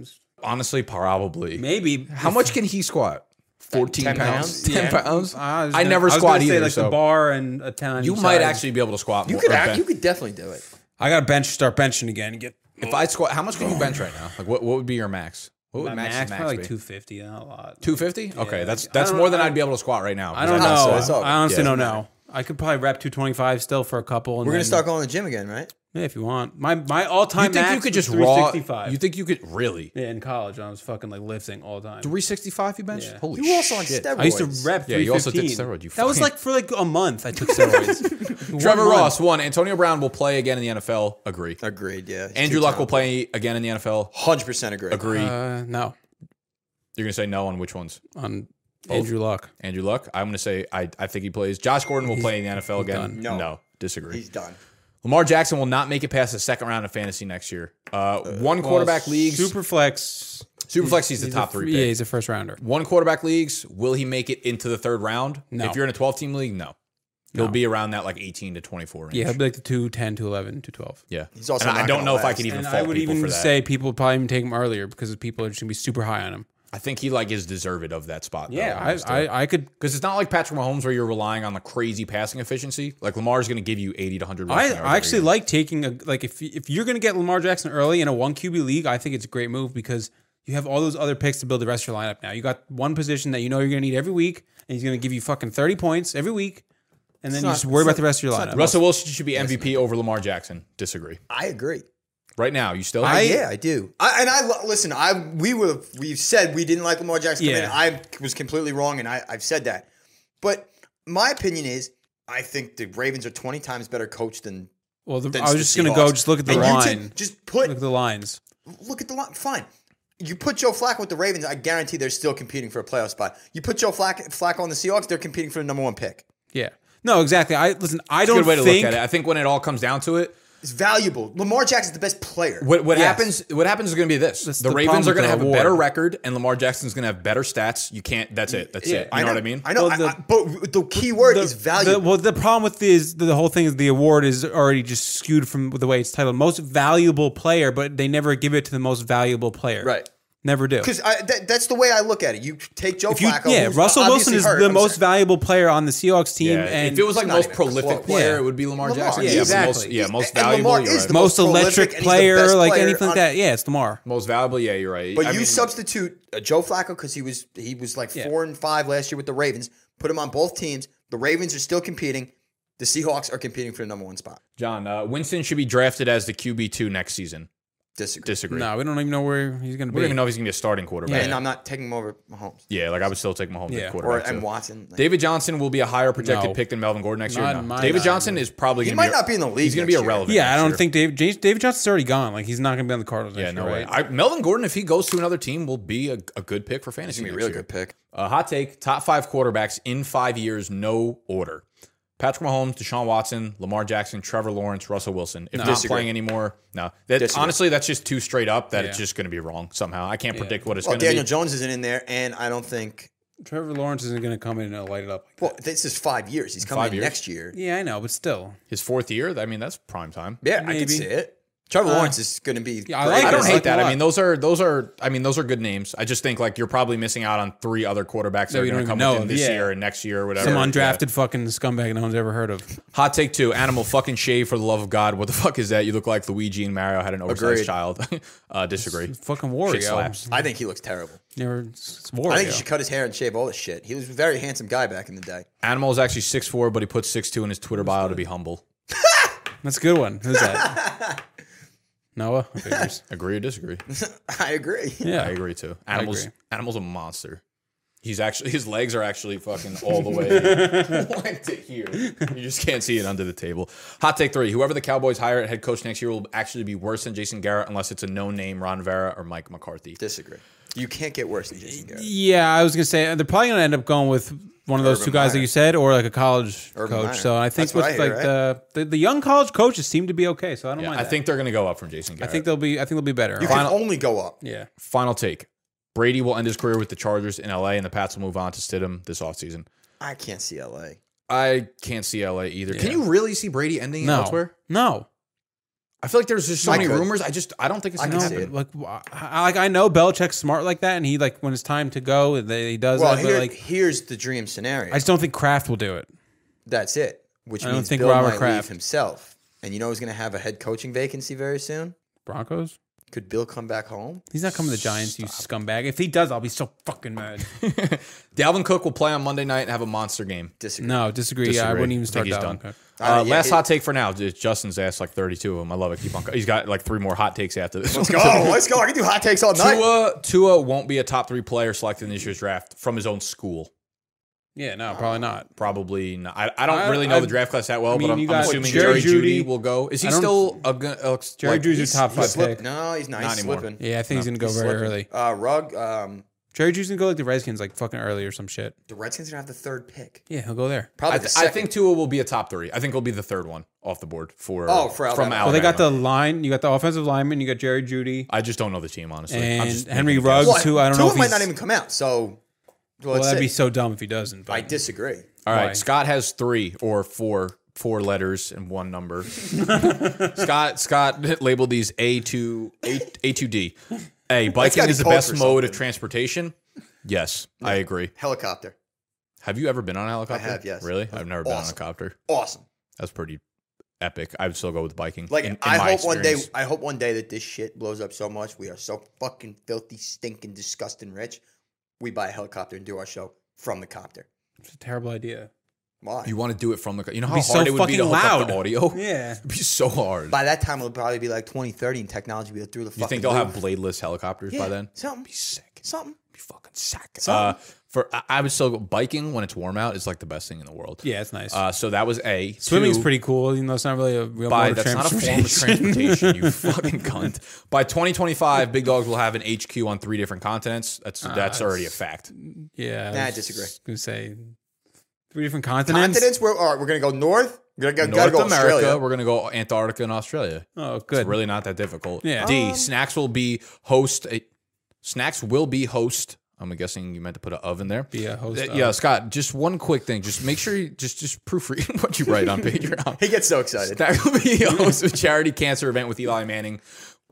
Speaker 1: Honestly, probably.
Speaker 3: Maybe.
Speaker 1: How much can he squat? Fourteen
Speaker 2: 10
Speaker 1: pounds.
Speaker 2: pounds?
Speaker 1: Ten
Speaker 2: Yeah.
Speaker 1: pounds.
Speaker 3: I, was
Speaker 1: I
Speaker 3: gonna-
Speaker 1: never
Speaker 3: was
Speaker 1: squat
Speaker 3: gonna
Speaker 1: either.
Speaker 3: Say like
Speaker 1: so
Speaker 3: the bar and a ten. On
Speaker 1: you
Speaker 3: each
Speaker 1: might
Speaker 3: side.
Speaker 1: actually be able to squat.
Speaker 2: You
Speaker 1: more-
Speaker 2: could
Speaker 1: or
Speaker 2: act,
Speaker 1: ben-
Speaker 2: you could definitely do it.
Speaker 3: I got to bench. Start benching again. and Get
Speaker 1: if I squat, how much can you bench right now? Like what? What would be your max? What would
Speaker 3: my
Speaker 1: max,
Speaker 3: max,
Speaker 1: max
Speaker 3: probably like
Speaker 1: be?
Speaker 3: two fifty. Not a lot.
Speaker 1: Two fifty. Okay, that's
Speaker 3: I
Speaker 1: that's
Speaker 3: don't-
Speaker 1: more than
Speaker 3: I-
Speaker 1: I'd be able to squat right now.
Speaker 3: I don't
Speaker 2: Ah, so
Speaker 3: know.
Speaker 2: it's all-
Speaker 3: I honestly
Speaker 1: yeah.
Speaker 3: don't know. I could probably rep two twenty five still for a couple. And
Speaker 2: We're gonna
Speaker 3: then-
Speaker 2: start going to the gym again, right?
Speaker 3: Yeah, if you want. My my all time.
Speaker 1: You think you could just
Speaker 3: three
Speaker 1: raw?
Speaker 3: sixty five.
Speaker 1: You think you could really?
Speaker 3: Yeah, in college, I was fucking like lifting all the time.
Speaker 1: 365 you benched?
Speaker 3: Yeah.
Speaker 1: Holy
Speaker 2: You were also on
Speaker 1: shit.
Speaker 2: steroids.
Speaker 3: I used to rep.
Speaker 1: Yeah, you also did
Speaker 3: 315.
Speaker 1: steroid, you
Speaker 3: that was
Speaker 1: fucking-
Speaker 3: like for like a month. I took steroids.
Speaker 1: Trevor
Speaker 3: One month.
Speaker 1: Ross, one. Antonio Brown will play again in the NFL. Agree.
Speaker 2: Agreed. Yeah.
Speaker 1: Andrew Luck will play again in the NFL.
Speaker 2: Hundred percent agree.
Speaker 1: Agree.
Speaker 3: Uh, no,
Speaker 1: You're going to say no on which ones?
Speaker 3: on Andrew Luck.
Speaker 1: Andrew Luck? I'm going to say I, I think he plays. Josh Gordon will play in the NFL again.
Speaker 3: done.
Speaker 1: No.
Speaker 2: No.
Speaker 1: Disagree.
Speaker 2: He's done.
Speaker 1: Lamar Jackson will not make it past the second round of fantasy next year. Uh, one quarterback leagues. Super,
Speaker 3: Super flex.
Speaker 1: Superflex, he's, the top three
Speaker 3: Yeah,
Speaker 1: pick.
Speaker 3: he's a first rounder.
Speaker 1: one quarterback leagues, will he make it into the third round?
Speaker 3: No.
Speaker 1: If you're in a 12 team league, no. He'll be around that like 18 to 24 range.
Speaker 3: Yeah, he'll be like the 2, 10, 2, 11, 2, 12.
Speaker 1: Yeah.
Speaker 2: He's also
Speaker 1: And I
Speaker 2: not
Speaker 1: don't
Speaker 2: gonna
Speaker 1: know if I
Speaker 2: last.
Speaker 1: could even
Speaker 3: And
Speaker 1: fault
Speaker 3: I would
Speaker 1: people for
Speaker 3: even
Speaker 1: that.
Speaker 3: say people probably even take him earlier because people are just gonna be super high on him.
Speaker 1: I think he like is deserved of that spot.
Speaker 3: I, I, I could.
Speaker 1: because it's not like Patrick Mahomes where you're relying on the crazy passing efficiency. Like Lamar's going to give you 80 to 100. rushing
Speaker 3: I,
Speaker 1: yards
Speaker 3: I
Speaker 1: every
Speaker 3: actually
Speaker 1: year.
Speaker 3: like taking a like if if you're gonna get Lamar Jackson early in a one QB league, I think it's a great move because you have all those other picks to build the rest of your lineup. Now you got one position that you know you're gonna need every week, and he's gonna give you fucking thirty points every week, and then you
Speaker 2: not-
Speaker 3: just worry
Speaker 2: it's
Speaker 3: about
Speaker 2: not-
Speaker 3: the rest of your
Speaker 2: it's not
Speaker 3: lineup.
Speaker 1: Russell Wilson should be MVP over Lamar Jackson. Disagree.
Speaker 2: I agree.
Speaker 1: Right now, you still
Speaker 3: I-
Speaker 2: yeah, I do. I, and I lo- listen. I we would have we've said we didn't like Lamar Jackson.
Speaker 3: Yeah.
Speaker 2: Yeah. I was completely wrong, and I, I've said that. But my opinion is, I think the Ravens are twenty times better coached than.
Speaker 3: Well, the,
Speaker 2: than
Speaker 3: I was
Speaker 2: the
Speaker 3: just gonna
Speaker 2: Seahawks.
Speaker 3: go. Just look at the
Speaker 2: And you
Speaker 3: line.
Speaker 2: take- just put
Speaker 3: look at the lines.
Speaker 2: look at the line. Fine. You put Joe Flacco with the Ravens, I guarantee they're still competing for a playoff spot. You put Joe Flack, Flacco on the Seahawks, they're competing for the number one pick.
Speaker 3: Yeah. No, exactly. I listen. I
Speaker 1: It's a
Speaker 3: don't
Speaker 1: good way to
Speaker 3: think
Speaker 1: look at it. I think when it all comes down to it,
Speaker 2: It's valuable. Lamar Jackson's the best player.
Speaker 1: what, what
Speaker 3: Yes.
Speaker 1: happens what happens is going to be this:
Speaker 3: That's
Speaker 1: the,
Speaker 3: the problem
Speaker 1: Ravens are
Speaker 3: with
Speaker 1: going to
Speaker 3: the
Speaker 1: have a
Speaker 3: award.
Speaker 1: better record, and Lamar Jackson's going to have better stats. You can't. That's it. That's it. You know, what I mean?
Speaker 2: I know.
Speaker 3: Well, the-
Speaker 2: I- I- but the key word is
Speaker 3: The,
Speaker 2: valuable.
Speaker 3: well, the problem with this, the whole thing is the award is already just skewed from the way it's titled. Most valuable player, but they never give it to the most valuable player.
Speaker 2: Right.
Speaker 3: Never do.
Speaker 2: Because that, that's the way I look at it. You take Joe
Speaker 3: If you,
Speaker 2: Flacco.
Speaker 3: yeah,
Speaker 2: who's
Speaker 3: Russell Wilson
Speaker 2: obviously
Speaker 3: is
Speaker 2: hurt,
Speaker 3: the
Speaker 2: I'm
Speaker 3: most
Speaker 2: sorry.
Speaker 3: valuable player on the Seahawks team,
Speaker 1: Yeah,
Speaker 3: and
Speaker 1: if it was like
Speaker 2: not
Speaker 1: most
Speaker 2: even
Speaker 1: prolific
Speaker 2: close.
Speaker 1: player,
Speaker 3: Yeah.
Speaker 1: it would be Lamar,
Speaker 2: Lamar,
Speaker 1: Jackson.
Speaker 2: yeah,
Speaker 1: but
Speaker 3: exactly.
Speaker 1: Most, yeah,
Speaker 2: He's-
Speaker 1: most
Speaker 2: and Lamar
Speaker 1: valuable. you're
Speaker 2: is
Speaker 1: right.
Speaker 2: the
Speaker 3: most
Speaker 2: most prolific
Speaker 3: electric
Speaker 2: and he's the
Speaker 3: player,
Speaker 2: best
Speaker 3: like
Speaker 2: player
Speaker 3: anything like
Speaker 2: on-
Speaker 3: that. Yeah, it's Lamar.
Speaker 1: Most valuable, yeah, you're right.
Speaker 2: But
Speaker 1: I
Speaker 2: you
Speaker 1: mean,
Speaker 2: substitute uh, Joe Flacco because he was he was like
Speaker 3: Yeah.
Speaker 2: four and five last year with the Ravens. Put him on both teams. The Ravens are still competing. The Seahawks are competing for the number one spot.
Speaker 1: John uh, Winston should be drafted as the QB two next season.
Speaker 2: Disagree.
Speaker 1: Disagree.
Speaker 3: No, we don't even know where he's going to
Speaker 1: We
Speaker 3: be.
Speaker 1: don't even know if he's gonna be a starting quarterback.
Speaker 2: And I'm not taking him over Mahomes
Speaker 1: Yeah, like I would still take Mahomes
Speaker 3: Yeah.
Speaker 1: at
Speaker 2: or
Speaker 1: quarterback.
Speaker 2: and
Speaker 1: too.
Speaker 2: Watson. Like,
Speaker 1: David Johnson will be a higher projected
Speaker 3: No.
Speaker 1: pick than Melvin Gordon next
Speaker 3: Not
Speaker 1: year.
Speaker 3: in
Speaker 1: No.
Speaker 3: my
Speaker 1: David
Speaker 3: eyes.
Speaker 1: Johnson is probably
Speaker 2: He
Speaker 1: gonna
Speaker 2: might not be in the league
Speaker 1: He's gonna
Speaker 2: next
Speaker 1: be
Speaker 2: year.
Speaker 1: irrelevant.
Speaker 3: yeah, I
Speaker 1: next
Speaker 3: don't
Speaker 1: year.
Speaker 3: think Dave, James, David Johnson's already gone. Like he's not going to be on the Cardinals.
Speaker 1: Yeah,
Speaker 3: next
Speaker 1: no
Speaker 3: year,
Speaker 1: way.
Speaker 3: right?
Speaker 1: I, Melvin Gordon, if he goes to another team, will be a, a good pick for
Speaker 2: he's
Speaker 1: fantasy.
Speaker 2: gonna be
Speaker 1: next
Speaker 2: a really
Speaker 1: year.
Speaker 2: good pick.
Speaker 1: Uh, hot take: top five quarterbacks in five years, no order. Patrick Mahomes, Deshaun Watson, Lamar Jackson, Trevor Lawrence, Russell Wilson. If not
Speaker 2: Disagree.
Speaker 1: playing anymore, no. That,
Speaker 2: Disagree.
Speaker 1: honestly, that's just too straight up that it's
Speaker 3: Yeah.
Speaker 1: just going to be wrong somehow. I can't
Speaker 3: Yeah.
Speaker 1: predict what it's
Speaker 2: Well,
Speaker 1: going to
Speaker 2: Daniel
Speaker 1: be.
Speaker 2: Jones isn't in there, and I don't think.
Speaker 3: Trevor Lawrence isn't going to come in and light it up. Like
Speaker 2: Well, this is five years. He's coming
Speaker 1: Five
Speaker 2: in
Speaker 1: years?
Speaker 2: next year.
Speaker 3: that. Yeah, I know, but still,
Speaker 1: His fourth year. I mean, that's prime time.
Speaker 2: Yeah, I can
Speaker 3: Maybe. Uh,
Speaker 2: see it. Trevor Lawrence is going to be.
Speaker 3: Yeah, I
Speaker 2: great.
Speaker 3: like
Speaker 1: I
Speaker 3: it.
Speaker 1: don't hate
Speaker 3: like
Speaker 1: that.
Speaker 3: a
Speaker 1: I
Speaker 3: lot.
Speaker 1: mean, those are those are. I mean, those are good names. I just think like you're probably missing out on three other quarterbacks that
Speaker 3: That
Speaker 1: are
Speaker 3: we
Speaker 1: going to come
Speaker 3: don't even know
Speaker 1: within
Speaker 3: of,
Speaker 1: this
Speaker 3: yeah.
Speaker 1: year and next year, or whatever.
Speaker 3: some
Speaker 1: Yeah.
Speaker 3: undrafted fucking scumbag no one's ever heard of.
Speaker 1: Hot take two. Animal fucking shave for the love of God. What the fuck is that? You look like Luigi and Mario had an oversized
Speaker 2: Agreed.
Speaker 1: child. uh, disagree.
Speaker 3: Fucking
Speaker 1: Shit
Speaker 3: Wario.
Speaker 1: slaps.
Speaker 2: I think he looks terrible.
Speaker 3: Never. It's
Speaker 2: I think he should
Speaker 3: Wario.
Speaker 2: cut his hair and shave all this shit. He was a very handsome guy back in the day.
Speaker 1: Animal is actually 6'4", but he puts 6'2 in his Twitter bio to be humble.
Speaker 3: That's a good one. Who's that? Noah. Who figures?
Speaker 1: Agree or disagree?
Speaker 2: I agree.
Speaker 3: Yeah.
Speaker 1: I agree too. Animal's
Speaker 3: agree.
Speaker 1: Animal's a monster. He's actually his legs are actually fucking all the way like to here. You just can't see it under the table. Hot take three: Whoever the Cowboys hire at head coach next year will actually be worse than Jason Garrett unless it's a no name Ron Vera or Mike McCarthy.
Speaker 2: Disagree. You can't get worse than Jason Garrett.
Speaker 3: Yeah, I was gonna say they're probably gonna end up going with one of those
Speaker 2: Urban
Speaker 3: two guys that
Speaker 2: Meyer.
Speaker 3: you said, or like a college
Speaker 2: Urban
Speaker 3: coach.
Speaker 2: Meyer.
Speaker 3: So I think
Speaker 2: That's what
Speaker 3: with
Speaker 2: I hear,
Speaker 3: like the, the the young college coaches seem to be okay. So I don't
Speaker 1: Yeah,
Speaker 3: mind.
Speaker 1: I
Speaker 3: that.
Speaker 1: think they're gonna go up from Jason
Speaker 3: I
Speaker 1: Garrett.
Speaker 3: think they'll be. I think they'll be better.
Speaker 2: You
Speaker 1: Final-
Speaker 2: can only go up.
Speaker 3: yeah.
Speaker 1: Final take: Brady will end his career with the Chargers in LA, and the Pats will move on to Stidham this offseason.
Speaker 2: I can't see LA.
Speaker 1: I can't see LA either. Can
Speaker 3: Yeah.
Speaker 1: you really see Brady ending
Speaker 3: No.
Speaker 1: elsewhere?
Speaker 3: No.
Speaker 1: I feel like there's just so
Speaker 2: I
Speaker 1: many
Speaker 2: could.
Speaker 1: rumors. I just I don't think it's
Speaker 2: I
Speaker 1: gonna
Speaker 2: could see
Speaker 1: happen.
Speaker 2: it.
Speaker 3: Like, wh- I, like I know Belichick's smart like that, and he like when it's time to go, they, he does
Speaker 2: Well,
Speaker 3: it.
Speaker 2: here-
Speaker 3: But like,
Speaker 2: here's the dream scenario.
Speaker 3: I just don't think Kraft will do it.
Speaker 2: That's it. Which
Speaker 3: I
Speaker 2: means
Speaker 3: don't think
Speaker 2: Bill
Speaker 3: Robert
Speaker 2: might leave
Speaker 3: Kraft.
Speaker 2: himself. And you know who's going to have a head coaching vacancy very soon?
Speaker 3: Broncos.
Speaker 2: Could Bill come back home?
Speaker 3: He's not coming to the Giants, you scumbag. If he does, I'll be so fucking mad.
Speaker 1: Dalvin Cook will play on Monday night and have a monster game.
Speaker 2: Disagree.
Speaker 3: No, disagree.
Speaker 1: Disagree.
Speaker 3: I wouldn't
Speaker 1: I
Speaker 3: even
Speaker 1: think
Speaker 3: start
Speaker 1: he's
Speaker 3: that
Speaker 1: done.
Speaker 3: one.
Speaker 1: Uh,
Speaker 2: Uh, yeah,
Speaker 1: last
Speaker 2: it-
Speaker 1: hot take for now. Just- Justin's asked like 32 of them. I love it. Keep on. co- He's got like three more hot takes after this.
Speaker 2: Let's go. Let's go. I can do hot takes all night.
Speaker 1: Tua Tua won't be a top three player selected in this year's draft from his own school.
Speaker 3: Yeah, no, probably not.
Speaker 1: Probably not. I, I don't
Speaker 3: I-
Speaker 1: really know
Speaker 3: I-
Speaker 1: the draft class that well,
Speaker 3: I mean,
Speaker 1: but I'm,
Speaker 3: you
Speaker 1: I'm
Speaker 3: got
Speaker 1: assuming Jerry
Speaker 3: Jerry
Speaker 1: Judy,
Speaker 3: Jeudy.
Speaker 1: will go. Is he
Speaker 3: I don't-
Speaker 1: still a, gu- uh,
Speaker 3: Jerry
Speaker 1: like-
Speaker 3: Judy's your top
Speaker 2: He
Speaker 3: five
Speaker 2: slipped-
Speaker 3: pick.
Speaker 2: No, he's not.
Speaker 1: Not
Speaker 2: he's
Speaker 1: anymore.
Speaker 2: slipping.
Speaker 3: Yeah, I think he's gonna go
Speaker 2: He's
Speaker 3: very
Speaker 2: slipping.
Speaker 3: early.
Speaker 2: Uh, Rug, um,
Speaker 3: Jerry Judy's gonna go like the Redskins, like fucking early or some shit.
Speaker 2: the Redskins are gonna have the third pick.
Speaker 3: Yeah, he'll go there.
Speaker 1: I,
Speaker 2: Probably
Speaker 1: th-
Speaker 2: the
Speaker 1: I
Speaker 2: second.
Speaker 1: think Tua will be a top three. I think he'll be the third one off the board for
Speaker 2: Oh, for
Speaker 1: from
Speaker 2: Alabama.
Speaker 1: Alabama.
Speaker 3: Well, they got the line. You got the offensive lineman. You got Jerry Judy.
Speaker 1: I just don't know the team honestly. I'm
Speaker 3: And
Speaker 1: just
Speaker 3: Henry
Speaker 1: making a
Speaker 3: Ruggs.
Speaker 1: guess.
Speaker 2: Well,
Speaker 3: too, I don't
Speaker 2: Tua
Speaker 3: know if
Speaker 2: might
Speaker 3: he's-
Speaker 2: not even come out. So, well,
Speaker 3: Well,
Speaker 2: let's
Speaker 3: that'd be
Speaker 2: see.
Speaker 3: so dumb if he doesn't. But
Speaker 2: I disagree.
Speaker 1: All right,
Speaker 3: Why?
Speaker 1: Scott has three or four four letters and one number. Scott Scott labeled these A two A A two D. A biking
Speaker 2: gotta
Speaker 1: is the
Speaker 2: be code
Speaker 1: best
Speaker 2: for
Speaker 1: mode of
Speaker 2: something.
Speaker 1: transportation. Yes, I agree.
Speaker 2: Helicopter,
Speaker 1: Have you ever been on a helicopter?
Speaker 2: have, yes.
Speaker 1: Really? I've never been on a
Speaker 2: awesome.
Speaker 1: helicopter.
Speaker 2: awesome.
Speaker 1: That's pretty epic. I would still go with biking.
Speaker 2: Like
Speaker 1: in- in
Speaker 2: I
Speaker 1: my
Speaker 2: hope one day,
Speaker 1: experience.
Speaker 2: I hope one day that this shit blows up so much we are so fucking filthy, stinking, disgusting rich. We buy a helicopter and do our show from the copter.
Speaker 3: it's a terrible idea.
Speaker 2: Why?
Speaker 1: you want to do it from the. You know how
Speaker 3: be so
Speaker 1: hard it would be to
Speaker 3: fucking
Speaker 1: hook up the
Speaker 3: loud.
Speaker 1: audio.
Speaker 3: Yeah.
Speaker 1: It'd be so hard.
Speaker 2: by that time it'll probably be like 2030 and technology will be through the fucking
Speaker 1: you think they'll
Speaker 2: roof.
Speaker 1: have bladeless helicopters
Speaker 2: yeah,
Speaker 1: by then?
Speaker 2: Something
Speaker 1: Be sick.
Speaker 2: Something.
Speaker 1: be fucking sack. Uh, for I, I would still go biking when it's warm out is like the best thing in the world.
Speaker 3: Yeah, it's nice.
Speaker 1: Uh, so that was a
Speaker 3: Swimming's
Speaker 1: Two,
Speaker 3: pretty cool, even though it's not really a real
Speaker 1: By
Speaker 3: mode of
Speaker 1: that's not a form of transportation. you fucking cunt. By 2025, big dogs will have an HQ on three different continents. That's that's already a fact.
Speaker 3: yeah,
Speaker 2: Nah, I
Speaker 3: was
Speaker 2: disagree.
Speaker 3: Gonna say three different continents.
Speaker 2: Continents. We're all right. We're gonna go north. We're gonna go,
Speaker 1: North
Speaker 2: gotta go
Speaker 1: America,
Speaker 2: Australia.
Speaker 1: we're gonna go Antarctica and Australia.
Speaker 3: Oh,
Speaker 1: It's
Speaker 3: good.
Speaker 1: really not that difficult.
Speaker 3: Yeah.
Speaker 1: D snacks will be host. A, snacks will be host. I'm guessing you meant to put an oven there.
Speaker 3: Be a host
Speaker 1: Uh,
Speaker 3: of.
Speaker 1: yeah, Scott. Just one quick thing. Just make sure you just just proofread what you write on Patreon.
Speaker 2: He gets so excited.
Speaker 1: That will be a host of a charity cancer event with Eli Manning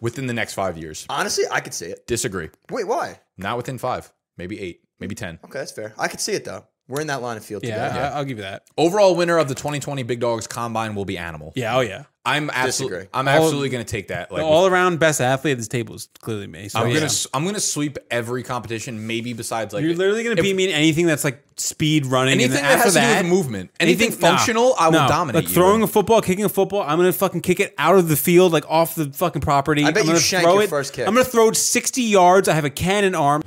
Speaker 1: within the next five years.
Speaker 2: Honestly, I could see it.
Speaker 1: Disagree.
Speaker 2: Wait, why?
Speaker 1: Not within five, maybe eight, maybe ten.
Speaker 2: Okay, that's fair. I could see it though. We're in that line of field
Speaker 3: Yeah,
Speaker 2: together.
Speaker 3: I, I'll give you that.
Speaker 1: Overall winner of the 2020 Big Dogs Combine will be Animal.
Speaker 3: Yeah, oh yeah.
Speaker 1: I'm absolutely
Speaker 2: Disagree.
Speaker 1: I'm
Speaker 3: All-
Speaker 1: absolutely going to take that. Like
Speaker 3: the all around best athlete at this table is clearly me. So
Speaker 1: I'm
Speaker 3: yeah.
Speaker 1: gonna s- I'm gonna sweep every competition, maybe besides like
Speaker 3: You're literally gonna
Speaker 1: if-
Speaker 3: beat me in anything that's like speed running. and
Speaker 1: anything
Speaker 3: then
Speaker 1: that
Speaker 3: after
Speaker 1: has to
Speaker 3: that,
Speaker 1: do with movement, anything,
Speaker 3: nah,
Speaker 1: functional, I will
Speaker 3: no.
Speaker 1: dominate.
Speaker 3: Like
Speaker 1: you
Speaker 3: throwing a
Speaker 1: with.
Speaker 3: football, kicking a football, I'm gonna fucking kick it out of the field, like off the fucking property.
Speaker 2: I bet
Speaker 3: I'm
Speaker 2: you
Speaker 3: gonna
Speaker 2: shank
Speaker 3: throw
Speaker 2: your
Speaker 3: it.
Speaker 2: first kick.
Speaker 3: I'm gonna throw it 60 yards. I have a cannon arm.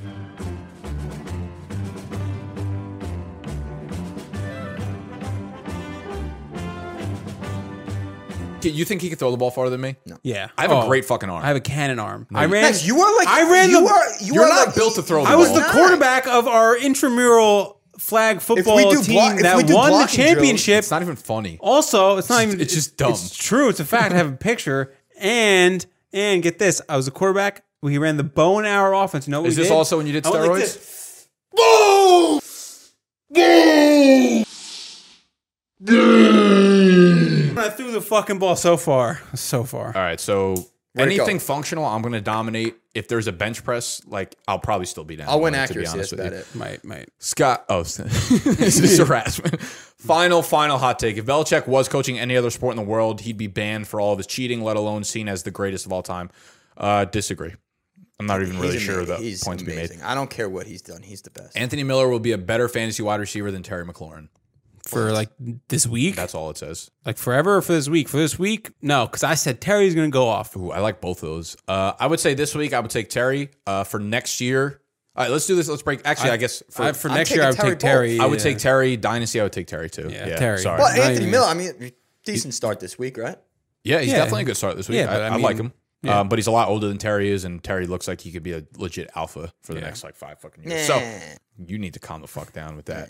Speaker 1: you think he could throw the ball farther than me? No,
Speaker 3: Yeah,
Speaker 1: I have a great fucking arm.
Speaker 3: Oh. I have a cannon arm. I ran.
Speaker 2: Max, you are like
Speaker 3: I ran
Speaker 2: you
Speaker 3: the.
Speaker 2: are you
Speaker 1: You're
Speaker 2: are
Speaker 1: not
Speaker 2: like-
Speaker 1: built to throw the
Speaker 3: I was
Speaker 1: ball.
Speaker 3: the
Speaker 2: Not.
Speaker 3: quarterback of our intramural flag football
Speaker 2: do
Speaker 3: team
Speaker 2: block- if we
Speaker 3: that
Speaker 2: do
Speaker 3: won the
Speaker 2: blocking drills,
Speaker 3: championship.
Speaker 1: it's not even funny.
Speaker 3: Also, it's not even.
Speaker 1: it's just dumb.
Speaker 3: It's true. It's a fact. I have a picture, and and get this. I was a quarterback. We ran the bow and arrow offense. No,
Speaker 1: Is this also when you did
Speaker 3: I went like
Speaker 1: steroids?
Speaker 3: this. I threw the fucking ball so far, so far.
Speaker 1: All right, so
Speaker 2: it go?
Speaker 1: anything functional, I'm going to dominate. If there's a bench press, like I'll probably still be down.
Speaker 2: I'll win
Speaker 1: to be
Speaker 2: accuracy.
Speaker 1: honest
Speaker 2: That's
Speaker 1: with you.
Speaker 2: about it.
Speaker 3: Might, might.
Speaker 1: Scott, oh, this is harassment. Final, final hot take. If Belichick was coaching any other sport in the world, he'd be banned for all of his cheating, let alone seen as the greatest of all time. Uh, disagree. I'm not even really
Speaker 2: He's
Speaker 1: sure
Speaker 2: amazing.
Speaker 1: that
Speaker 2: He's
Speaker 1: points be made.
Speaker 2: amazing. I don't care what he's done. He's the best.
Speaker 1: Anthony Miller will be a better fantasy wide receiver than Terry McLaurin.
Speaker 3: For like this week,
Speaker 1: That's all it says.
Speaker 3: like forever, or for this week, for this week, no, because I said Terry's gonna go off.
Speaker 1: Ooh, I like both of those. Uh, I would say this week I would take Terry. Uh, for next year, all right, let's do this. Let's break. Actually, I, guess for,
Speaker 3: I-
Speaker 1: I,
Speaker 3: for
Speaker 2: I'm
Speaker 3: next year, I would
Speaker 2: taking
Speaker 3: take
Speaker 2: Terry
Speaker 3: Terry.
Speaker 1: would
Speaker 3: yeah.
Speaker 1: take Terry. Dynasty, I would take Terry too.
Speaker 3: Yeah, Terry.
Speaker 1: Sorry.
Speaker 2: Well,
Speaker 3: Not
Speaker 2: Anthony
Speaker 3: even-
Speaker 2: Miller, I mean, decent start this week, right?
Speaker 1: Yeah, he's
Speaker 3: Yeah.
Speaker 1: definitely a good start this week.
Speaker 3: Yeah,
Speaker 1: I,
Speaker 3: but I
Speaker 1: I like
Speaker 3: mean,
Speaker 1: him. Um, but he's a lot older than Terry is, and Terry looks like he could be a legit alpha for the next like five fucking years. So you need to calm the fuck down with that.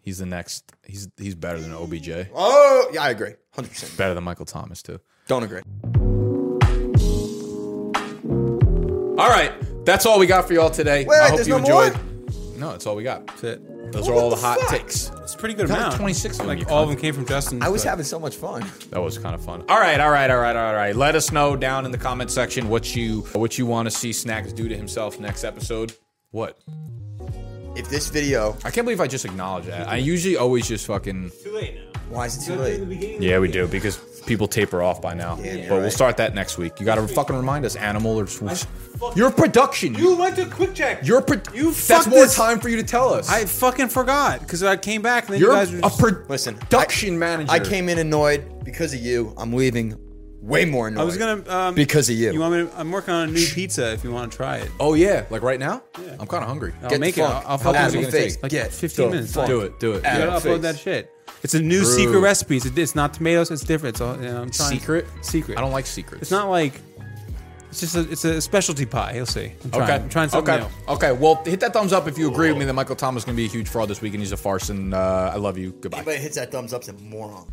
Speaker 1: He's the next. He's he's better than OBJ.
Speaker 2: Oh, yeah, I agree. 100%.
Speaker 1: Better than Michael Thomas too.
Speaker 2: Don't agree.
Speaker 1: All right, that's all we got for y'all today.
Speaker 2: Wait,
Speaker 1: I hope
Speaker 2: there's
Speaker 1: you
Speaker 2: no more?
Speaker 1: enjoyed. No, that's all we got.
Speaker 3: That's it.
Speaker 1: Those are all the, hot
Speaker 2: fuck?
Speaker 1: takes.
Speaker 3: It's a pretty good
Speaker 1: Got
Speaker 3: amount.
Speaker 1: 26 of them, you
Speaker 3: Like all of
Speaker 1: cunt.
Speaker 3: them came from Justin.
Speaker 2: I was
Speaker 3: but-
Speaker 2: having so much fun.
Speaker 1: That was kind of fun. All right, all right, all right, all right. Let us know down in the comment section what you what you want to see Snacks do to himself next episode. What?
Speaker 2: If this video,
Speaker 1: I can't believe I just acknowledged that. I usually always just fucking.
Speaker 2: why is it too late?
Speaker 1: Yeah, we do because people taper off by now.
Speaker 2: Yeah, you're
Speaker 1: but we'll
Speaker 2: right.
Speaker 1: start that next week. You got to fucking remind us, animal or just, your production. You
Speaker 3: went to quick check.
Speaker 1: your pro-
Speaker 3: you
Speaker 1: That's
Speaker 3: fucked
Speaker 1: more
Speaker 3: this-
Speaker 1: time for you to tell us.
Speaker 3: I fucking forgot because I came back and then you
Speaker 1: you're
Speaker 3: guys were
Speaker 1: a
Speaker 3: just-
Speaker 1: pro-
Speaker 2: Listen, I-
Speaker 1: production manager.
Speaker 2: I came in annoyed because of you. I'm leaving way more annoyed.
Speaker 3: I was gonna um,
Speaker 2: Because of you.
Speaker 3: You want me? To, I'm working on a new pizza. If you want to try it,
Speaker 1: Oh yeah, like right now. I'm kind of hungry.
Speaker 3: I'll
Speaker 2: Get
Speaker 3: make
Speaker 2: the
Speaker 3: it.
Speaker 2: funk
Speaker 3: I'll, I'll
Speaker 2: out
Speaker 1: long
Speaker 3: fucking
Speaker 1: is it
Speaker 3: make
Speaker 1: gonna
Speaker 3: it.
Speaker 1: take?
Speaker 3: Like
Speaker 2: Get
Speaker 3: 15
Speaker 2: the
Speaker 3: minutes.
Speaker 2: funk
Speaker 1: Do it. Do it.
Speaker 3: You
Speaker 2: out
Speaker 3: gotta
Speaker 2: of
Speaker 3: upload
Speaker 2: face.
Speaker 3: that shit. It's a new secret recipe. It's, it's not tomatoes. It's different. So you know, I'm trying
Speaker 1: Secret.
Speaker 3: Secret.
Speaker 1: I don't like secrets.
Speaker 3: It's not like. It's just a, it's a specialty pie. You'll see. I'm trying,
Speaker 1: Okay.
Speaker 3: I'm trying something
Speaker 1: okay.
Speaker 3: new.
Speaker 1: Okay. Well, hit that thumbs up if you agree with me that Michael Thomas is going to be a huge fraud this week and he's a farce. And uh, I love you. Goodbye.
Speaker 2: Anybody hits that thumbs up's a moron.